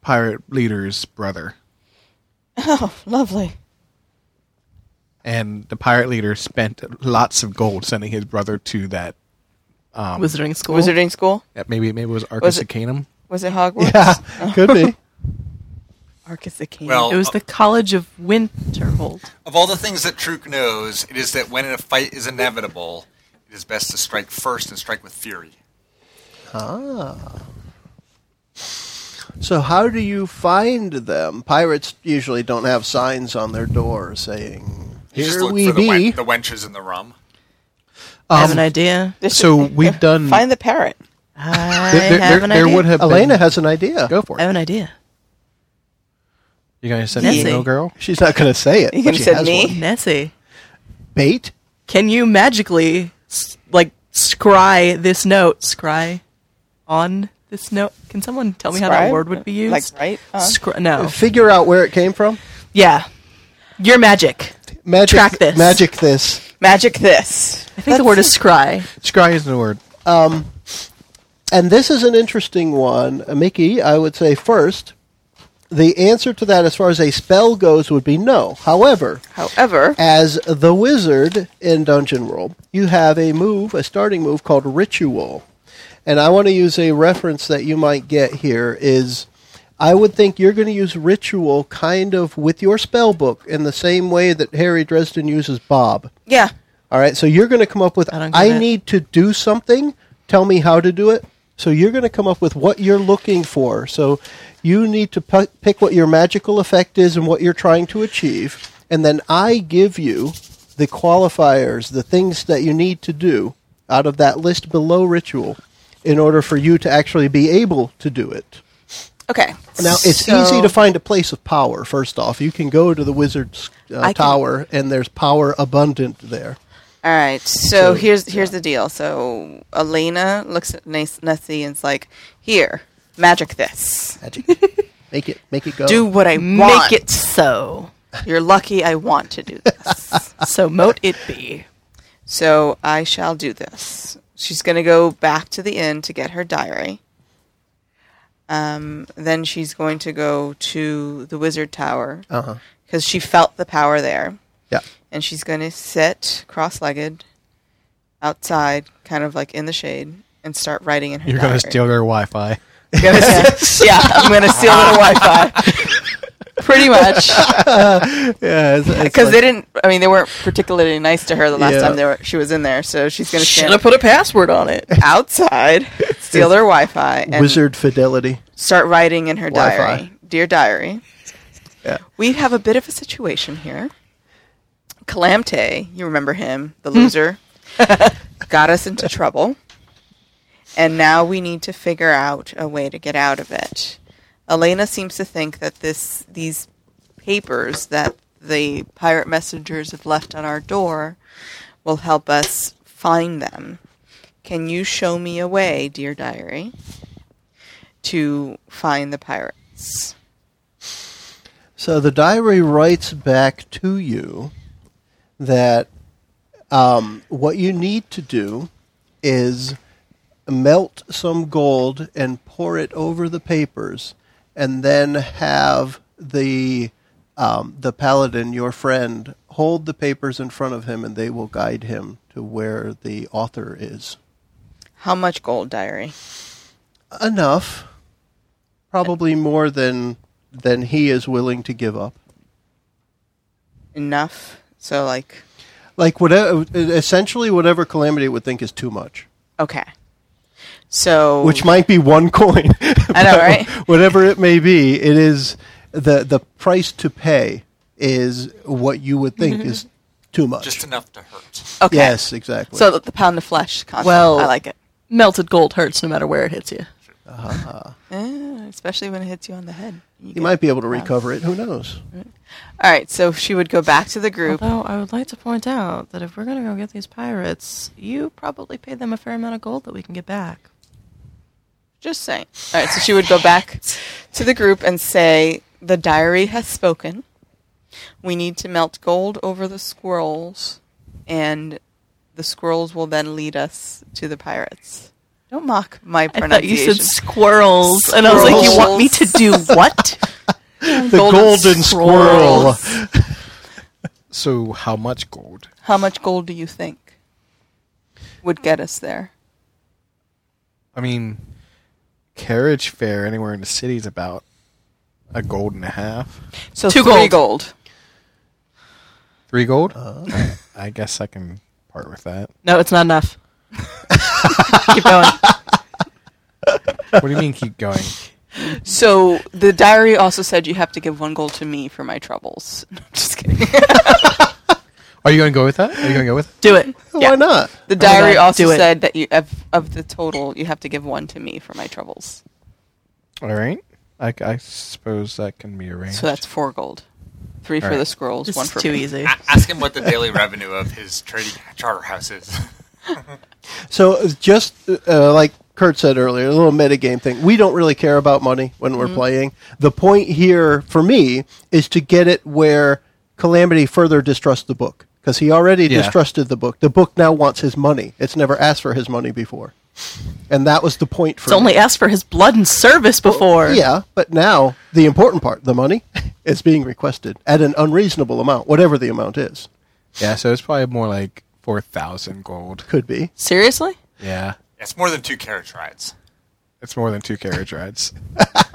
[SPEAKER 4] pirate leader's brother,
[SPEAKER 2] Oh, lovely.
[SPEAKER 4] and the pirate leader spent lots of gold sending his brother to that.
[SPEAKER 3] Wizarding school.
[SPEAKER 2] Wizarding school
[SPEAKER 4] that Maybe maybe it was
[SPEAKER 2] Was
[SPEAKER 4] Arcus
[SPEAKER 2] it-
[SPEAKER 4] Arcanum.
[SPEAKER 2] was it Hogwarts?
[SPEAKER 1] Yeah, could be.
[SPEAKER 2] Arcus the King.
[SPEAKER 5] Well- uh,
[SPEAKER 3] It was the College of Winterhold.
[SPEAKER 5] Of all the things that Truk knows, it is that when a fight is inevitable, it is best to strike first and strike with fury.
[SPEAKER 1] So how do you find them? Pirates usually don't have signs on their door saying
[SPEAKER 5] You just
[SPEAKER 1] "Here
[SPEAKER 5] look
[SPEAKER 1] we
[SPEAKER 5] for the,
[SPEAKER 1] be."
[SPEAKER 5] wen- the wenches in the rum.
[SPEAKER 3] I have an idea.
[SPEAKER 2] This
[SPEAKER 4] So
[SPEAKER 2] is-
[SPEAKER 4] we've done.
[SPEAKER 2] find the parrot.
[SPEAKER 3] I
[SPEAKER 4] there, there-
[SPEAKER 3] have an
[SPEAKER 4] there
[SPEAKER 3] idea.
[SPEAKER 4] would have
[SPEAKER 1] Elena
[SPEAKER 4] been-
[SPEAKER 1] has an idea.
[SPEAKER 4] go for
[SPEAKER 3] I have an
[SPEAKER 4] it.
[SPEAKER 3] idea.
[SPEAKER 4] You gonna send
[SPEAKER 3] Nessie.
[SPEAKER 4] an email, girl?
[SPEAKER 1] She's not going to say it.
[SPEAKER 2] You
[SPEAKER 1] but
[SPEAKER 2] can
[SPEAKER 1] she
[SPEAKER 2] send
[SPEAKER 1] has
[SPEAKER 2] me.
[SPEAKER 1] one.
[SPEAKER 3] Nessie,
[SPEAKER 1] bait.
[SPEAKER 3] can you magically s- like scry this note? Scry on this note. Can someone tell me how that
[SPEAKER 2] Scribe?
[SPEAKER 3] word would be used?
[SPEAKER 2] Like right? on?
[SPEAKER 3] Scry-
[SPEAKER 2] Oh.
[SPEAKER 3] no.
[SPEAKER 1] Figure out where it came from.
[SPEAKER 3] Yeah. Your magic.
[SPEAKER 1] Magic
[SPEAKER 3] Track this.
[SPEAKER 1] Magic this.
[SPEAKER 2] Magic this.
[SPEAKER 3] I think the word is scry.
[SPEAKER 4] Scry is the word.
[SPEAKER 1] And this is an interesting one, Uh, Mickey. I would say first, the answer to that, as far as a spell goes, would be no. However,
[SPEAKER 2] However,
[SPEAKER 1] as the wizard in Dungeon World, you have a move, a starting move called Ritual. And I want to use a reference that you might get here is I would think you're going to use Ritual kind of with your spell book in the same way that Harry Dresden uses Bob.
[SPEAKER 2] yeah.
[SPEAKER 1] All right, so you're going to come up with
[SPEAKER 3] I don't
[SPEAKER 1] I,
[SPEAKER 3] get it.
[SPEAKER 1] need to do something. Tell me how to do it. So you're going to come up with what you're looking for. So you need to pu- pick what your magical effect is and what you're trying to achieve, and then I give you the qualifiers, the things that you need to do out of that list below ritual in order for you to actually be able to do it.
[SPEAKER 2] Okay.
[SPEAKER 1] Now it's
[SPEAKER 2] So-
[SPEAKER 1] easy to find a place of power. First off, you can go to the wizard's uh,
[SPEAKER 2] I can-
[SPEAKER 1] tower, and there's power abundant there.
[SPEAKER 2] All right.
[SPEAKER 1] So,
[SPEAKER 2] So, here's here's the deal. So Elena looks at Nas- Nessie and's like, "Here, magic this.
[SPEAKER 1] Magic. make it make it go.
[SPEAKER 2] Do what I want.
[SPEAKER 3] Mm. Make it so.
[SPEAKER 2] You're lucky. I want to do this.
[SPEAKER 3] So mote it be.
[SPEAKER 2] so I shall do this." She's gonna go back to the inn to get her diary. Um, then she's going to go to the wizard tower because she felt the power there.
[SPEAKER 1] Yeah.
[SPEAKER 2] and she's going to sit cross-legged outside, kind of like in the shade, and start writing in her.
[SPEAKER 4] You're gonna
[SPEAKER 2] diary.
[SPEAKER 4] steal their Wi-Fi.
[SPEAKER 2] yeah, I'm going to steal their Wi-Fi. Pretty much,
[SPEAKER 1] Yeah, it's, it's
[SPEAKER 2] because
[SPEAKER 1] like-
[SPEAKER 2] they didn't. I mean, they weren't particularly nice to her the last
[SPEAKER 1] Yeah.
[SPEAKER 2] time they were, she was in there. So she's going to
[SPEAKER 3] Should
[SPEAKER 2] stand
[SPEAKER 3] have put a password on it.
[SPEAKER 2] outside, steal their Wi-Fi, and
[SPEAKER 1] wizard fidelity.
[SPEAKER 2] start writing in her
[SPEAKER 1] Wi-Fi.
[SPEAKER 2] diary. Dear diary,
[SPEAKER 1] Yeah.
[SPEAKER 2] we have a bit of a situation here. Calamte, you remember him, the
[SPEAKER 1] Hmm.
[SPEAKER 2] loser, got us into trouble. And now we need to figure out a way to get out of it. Elena seems to think that this these papers that the pirate messengers have left on our door will help us find them. Can you show me a way, dear diary? to find the pirates.
[SPEAKER 1] So the diary writes back to you that um, what you need to do is melt some gold and pour it over the papers, and then have the um, the paladin, your friend, hold the papers in front of him, and they will guide him to where the author is.
[SPEAKER 2] How much gold, diary?
[SPEAKER 1] Enough, probably more than than he is willing to give up.
[SPEAKER 2] Enough. So like,
[SPEAKER 1] Like whatever, essentially, whatever calamity would think is too much,
[SPEAKER 2] okay. So
[SPEAKER 1] which might be one coin.
[SPEAKER 2] I know, right?
[SPEAKER 1] whatever it may be, it is the the price to pay is what you would think
[SPEAKER 2] Mm-hmm.
[SPEAKER 1] is too much.
[SPEAKER 5] Just enough to hurt.
[SPEAKER 2] Okay.
[SPEAKER 1] Yes, exactly.
[SPEAKER 2] So that the pound of flesh. Concept.
[SPEAKER 3] Well-
[SPEAKER 2] I like it,
[SPEAKER 3] Melted gold hurts no matter where it hits you.
[SPEAKER 2] Eh, especially when it hits you on the head. You
[SPEAKER 1] you
[SPEAKER 2] get-
[SPEAKER 1] might be able to recover it. Who knows?
[SPEAKER 2] All right. So she would go back to the group.
[SPEAKER 3] Although I would like to point out that if we're going to go get these pirates, you probably paid them a fair amount of gold that we can get back.
[SPEAKER 2] Just saying. All right, so she would go back to the group and say, "The diary has spoken. We need to melt gold over the squirrels, and the squirrels will then lead us to the pirates." Don't mock my
[SPEAKER 3] I thought you
[SPEAKER 2] pronunciation.
[SPEAKER 3] said squirrels, and I was like, you want me to do what?
[SPEAKER 1] The golden, squirrel.
[SPEAKER 4] So how much gold?
[SPEAKER 2] How much gold do you think would get us there?
[SPEAKER 4] I mean, carriage fare anywhere in the city is about a gold and a half.
[SPEAKER 2] So
[SPEAKER 3] Two
[SPEAKER 2] three
[SPEAKER 3] gold.
[SPEAKER 2] gold.
[SPEAKER 4] Three gold? I guess I can part with that.
[SPEAKER 3] No, it's not enough. Keep going.
[SPEAKER 4] What do you mean keep going?
[SPEAKER 2] So the diary also said you have to give one gold to me for my troubles. Just kidding.
[SPEAKER 4] Are you going to go with that? Are you going to go with it?
[SPEAKER 3] Do it.
[SPEAKER 1] Why not?
[SPEAKER 2] The diary
[SPEAKER 3] God,
[SPEAKER 2] also
[SPEAKER 3] do it.
[SPEAKER 2] said that you of, of the total, you have to give one to me for my troubles.
[SPEAKER 4] All right. I, I suppose that can be arranged.
[SPEAKER 2] So that's four gold, three for
[SPEAKER 4] Alright.
[SPEAKER 2] the squirrels,
[SPEAKER 3] This
[SPEAKER 2] one
[SPEAKER 3] is
[SPEAKER 2] for
[SPEAKER 3] too
[SPEAKER 2] me. Ah,
[SPEAKER 3] easy.
[SPEAKER 5] A- ask him what the daily revenue of his trading charter house is.
[SPEAKER 1] So it's just uh, like Kurt said earlier, a little metagame thing. We don't really care about money when we're playing. The point here for me is to get it where Calamity further distrusts the book because he already
[SPEAKER 4] Yeah.
[SPEAKER 1] distrusted the book. The book now wants his money. It's never asked for his money before, and that was the point for
[SPEAKER 3] It's only
[SPEAKER 1] me.
[SPEAKER 3] asked for his blood and service
[SPEAKER 2] Oh,
[SPEAKER 3] before.
[SPEAKER 1] Yeah, but now the important part, the money, is being requested at an unreasonable amount, whatever the amount is.
[SPEAKER 4] yeah, so it's probably more like 4,000 gold.
[SPEAKER 1] Could be.
[SPEAKER 3] Seriously?
[SPEAKER 4] Yeah.
[SPEAKER 5] It's more than two carriage rides.
[SPEAKER 4] It's more than two carriage rides.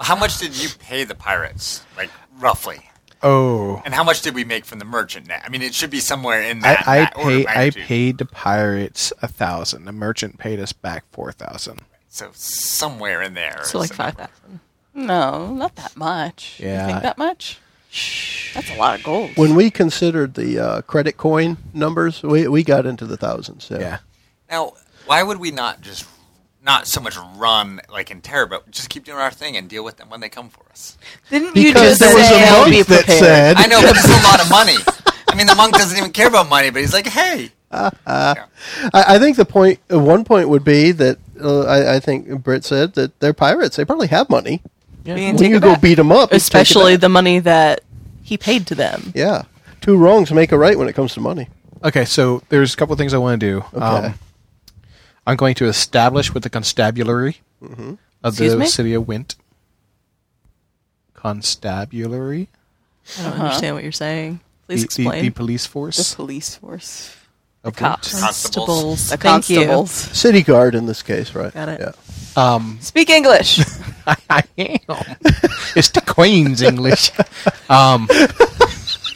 [SPEAKER 5] How much did you pay the pirates, like roughly?
[SPEAKER 4] Oh.
[SPEAKER 5] And how much did we make from the merchant? net? I mean, it should be somewhere in that.
[SPEAKER 4] I, I,
[SPEAKER 5] that order of
[SPEAKER 4] pay, I
[SPEAKER 5] magnitude.
[SPEAKER 4] paid the pirates a thousand. The merchant paid us back four thousand.
[SPEAKER 5] So somewhere in there.
[SPEAKER 3] So like
[SPEAKER 5] is the
[SPEAKER 3] five
[SPEAKER 5] number.
[SPEAKER 3] thousand.
[SPEAKER 2] No, not that much.
[SPEAKER 4] Yeah.
[SPEAKER 2] You think that much? That's a lot of gold.
[SPEAKER 1] When we considered the uh, credit coin numbers, we, we got into the thousands.
[SPEAKER 4] Yeah,
[SPEAKER 5] Now, why would we not just not so much run like in terror, but just keep doing our thing and deal with them when they come for us?
[SPEAKER 2] Didn't you
[SPEAKER 1] Because
[SPEAKER 2] just
[SPEAKER 1] there was
[SPEAKER 2] say
[SPEAKER 1] a
[SPEAKER 3] "I'll
[SPEAKER 1] monk
[SPEAKER 3] be
[SPEAKER 1] that
[SPEAKER 3] prepared."
[SPEAKER 1] said,
[SPEAKER 5] I know, but it's a lot of money. I mean, the monk doesn't even care about money, but he's like, hey,
[SPEAKER 1] I, I think the point, uh, one point would be that uh, I, I think Britt said that they're pirates. They probably have money.
[SPEAKER 2] being
[SPEAKER 1] When you
[SPEAKER 2] taken
[SPEAKER 1] go
[SPEAKER 2] back?
[SPEAKER 1] beat them up, you take it
[SPEAKER 3] Especially
[SPEAKER 1] back.
[SPEAKER 3] the money that he paid to them.
[SPEAKER 1] yeah. Two wrongs make a right when it comes to money. Um,
[SPEAKER 4] Okay, so there's a couple things I want to do. Um,
[SPEAKER 1] Okay.
[SPEAKER 4] I'm going to establish with the constabulary of the
[SPEAKER 3] Excuse me?
[SPEAKER 4] city of Wint. Constabulary,
[SPEAKER 3] I
[SPEAKER 2] Uh-huh.
[SPEAKER 3] don't understand what you're saying.
[SPEAKER 4] the,
[SPEAKER 3] Please
[SPEAKER 4] the-
[SPEAKER 3] explain.
[SPEAKER 4] the police
[SPEAKER 2] the
[SPEAKER 4] force
[SPEAKER 2] police force,
[SPEAKER 4] of
[SPEAKER 3] Cops.
[SPEAKER 4] Wint.
[SPEAKER 5] Constables.
[SPEAKER 2] the
[SPEAKER 3] Thank you.
[SPEAKER 2] constables.
[SPEAKER 1] City guard in this case, right?
[SPEAKER 3] Got it.
[SPEAKER 1] Yeah.
[SPEAKER 4] Um,
[SPEAKER 2] Speak English.
[SPEAKER 4] I am. it's the Queen's English. Um,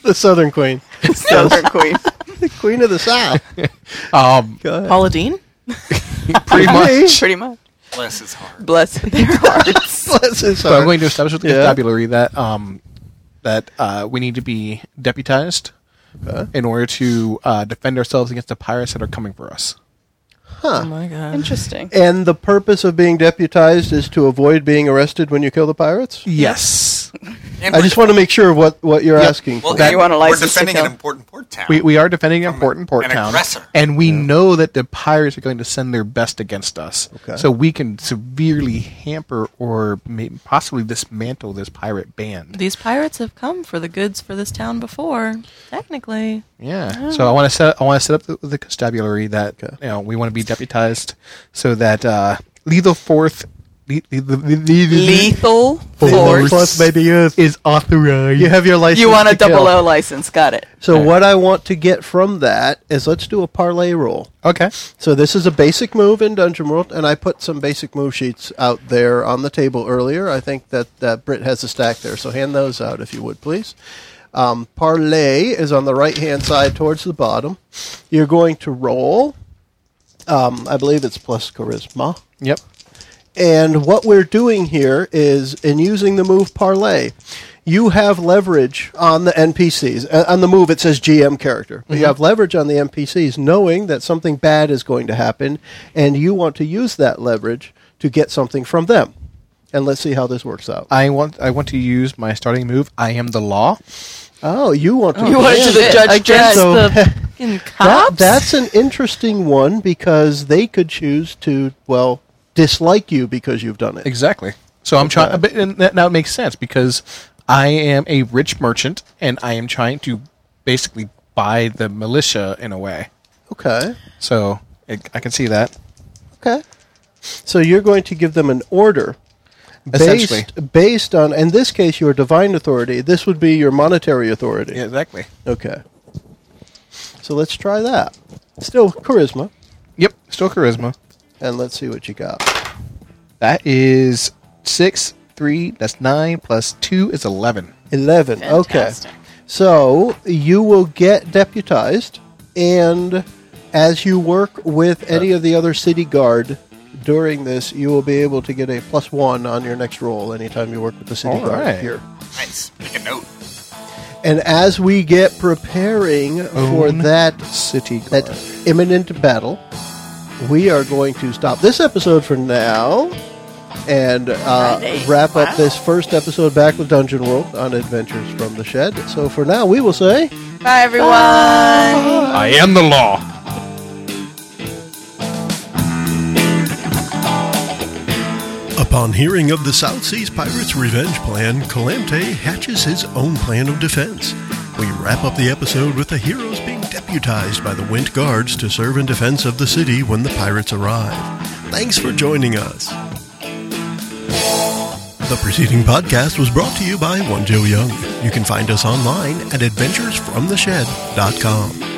[SPEAKER 1] The Southern Queen,
[SPEAKER 2] Southern queen.
[SPEAKER 1] the Queen of the South.
[SPEAKER 4] um,
[SPEAKER 1] Go ahead.
[SPEAKER 3] Paula Dean?
[SPEAKER 4] pretty much.
[SPEAKER 2] Pretty much.
[SPEAKER 5] bless his heart.
[SPEAKER 2] Bless their hearts.
[SPEAKER 1] Bless his
[SPEAKER 4] So I'm
[SPEAKER 1] heart.
[SPEAKER 4] going to establish with the
[SPEAKER 1] Yeah.
[SPEAKER 4] constabulary that um, that uh, we need to be deputized in order to uh, defend ourselves against the pirates that are coming for us.
[SPEAKER 3] Oh my god.
[SPEAKER 2] Interesting.
[SPEAKER 1] And the purpose of being deputized is to avoid being arrested when you kill the pirates?
[SPEAKER 4] Yes,
[SPEAKER 5] And
[SPEAKER 1] I
[SPEAKER 5] we're
[SPEAKER 1] just
[SPEAKER 5] def-
[SPEAKER 1] want to make sure what, what you're
[SPEAKER 4] Yeah.
[SPEAKER 1] asking
[SPEAKER 5] well,
[SPEAKER 1] for.
[SPEAKER 5] and
[SPEAKER 2] You want a
[SPEAKER 5] We're
[SPEAKER 2] license to
[SPEAKER 5] defending
[SPEAKER 2] kill.
[SPEAKER 5] an important port town.
[SPEAKER 4] we we are defending an important port
[SPEAKER 5] an
[SPEAKER 4] town,
[SPEAKER 5] aggressor.
[SPEAKER 4] and we know that the pirates are going to send their best against us.
[SPEAKER 1] Okay.
[SPEAKER 4] So we can severely hamper or may, possibly dismantle this pirate band.
[SPEAKER 3] These pirates have come for the goods for this town before. Technically.
[SPEAKER 4] Yeah. So I want to set I want to set up the, the constabulary that you know we want to be deputized so that uh, lethal force le- le- le- le- le-
[SPEAKER 2] Lethal
[SPEAKER 4] Force.
[SPEAKER 2] force.
[SPEAKER 1] Plus, maybe you
[SPEAKER 4] is authorized.
[SPEAKER 1] you have your license.
[SPEAKER 2] You want a
[SPEAKER 1] to kill.
[SPEAKER 2] double O license? Got it.
[SPEAKER 1] So what I want to get from that is let's do a parlay roll.
[SPEAKER 4] Okay.
[SPEAKER 1] So this is a basic move in Dungeon World, and I put some basic move sheets out there on the table earlier. I think that uh, Britt has a stack there, so hand those out if you would, please. Um, parlay is on the right hand side towards the bottom. You're going to roll. Um, I believe it's plus charisma.
[SPEAKER 4] Yep.
[SPEAKER 1] And what we're doing here is in using the move parlay, you have leverage on the NPCs. Uh, on the move, it says GM character.
[SPEAKER 2] Mm-hmm.
[SPEAKER 1] But You have leverage on the NPCs knowing that something bad is going to happen, and you want to use that leverage to get something from them. And let's see how this works out.
[SPEAKER 4] I want I want to use my starting move. I am the law.
[SPEAKER 1] Oh, you want to.
[SPEAKER 2] You want to the judge
[SPEAKER 3] against
[SPEAKER 1] So-
[SPEAKER 3] the fucking cops.
[SPEAKER 1] That, that's an interesting one because they could choose to, well, dislike you because you've done it.
[SPEAKER 4] Exactly. So I'm trying. But and that, now it makes sense because I am a rich merchant and I am trying to basically buy the militia in a way.
[SPEAKER 1] Okay.
[SPEAKER 4] So it, I can see that.
[SPEAKER 1] Okay. So you're going to give them an order.
[SPEAKER 4] Essentially.
[SPEAKER 1] Based, based on, in this case, your divine authority. This would be your monetary authority.
[SPEAKER 4] exactly.
[SPEAKER 1] Okay. So let's try that. Still charisma.
[SPEAKER 4] Yep. Still charisma.
[SPEAKER 1] And let's see what you got.
[SPEAKER 4] That is six, three. That's nine plus two is eleven.
[SPEAKER 1] 11.
[SPEAKER 2] Fantastic.
[SPEAKER 1] Okay. So you will get deputized, and as you work with any of the other city guard during this, you will be able to get a plus one on your next roll anytime you work with the city
[SPEAKER 4] All
[SPEAKER 1] guard
[SPEAKER 4] right.
[SPEAKER 1] here.
[SPEAKER 5] Nice. Make a note.
[SPEAKER 1] And as we get preparing for
[SPEAKER 4] Own
[SPEAKER 1] that
[SPEAKER 4] City guard.
[SPEAKER 1] that imminent battle, we are going to stop this episode for now and uh,
[SPEAKER 2] Alrighty.
[SPEAKER 1] wrap up this first episode back with Dungeon World on Adventures from the Shed. So for now, we will say.
[SPEAKER 2] Bye, everyone.
[SPEAKER 4] I am the law.
[SPEAKER 6] Upon hearing of the South Seas Pirates' revenge plan, Calamte hatches his own plan of defense. We wrap up the episode with the heroes being deputized by the Wint guards to serve in defense of the city when the pirates arrive. Thanks for joining us. The preceding podcast was brought to you by One Joe Young. You can find us online at adventuresfromtheshed.com.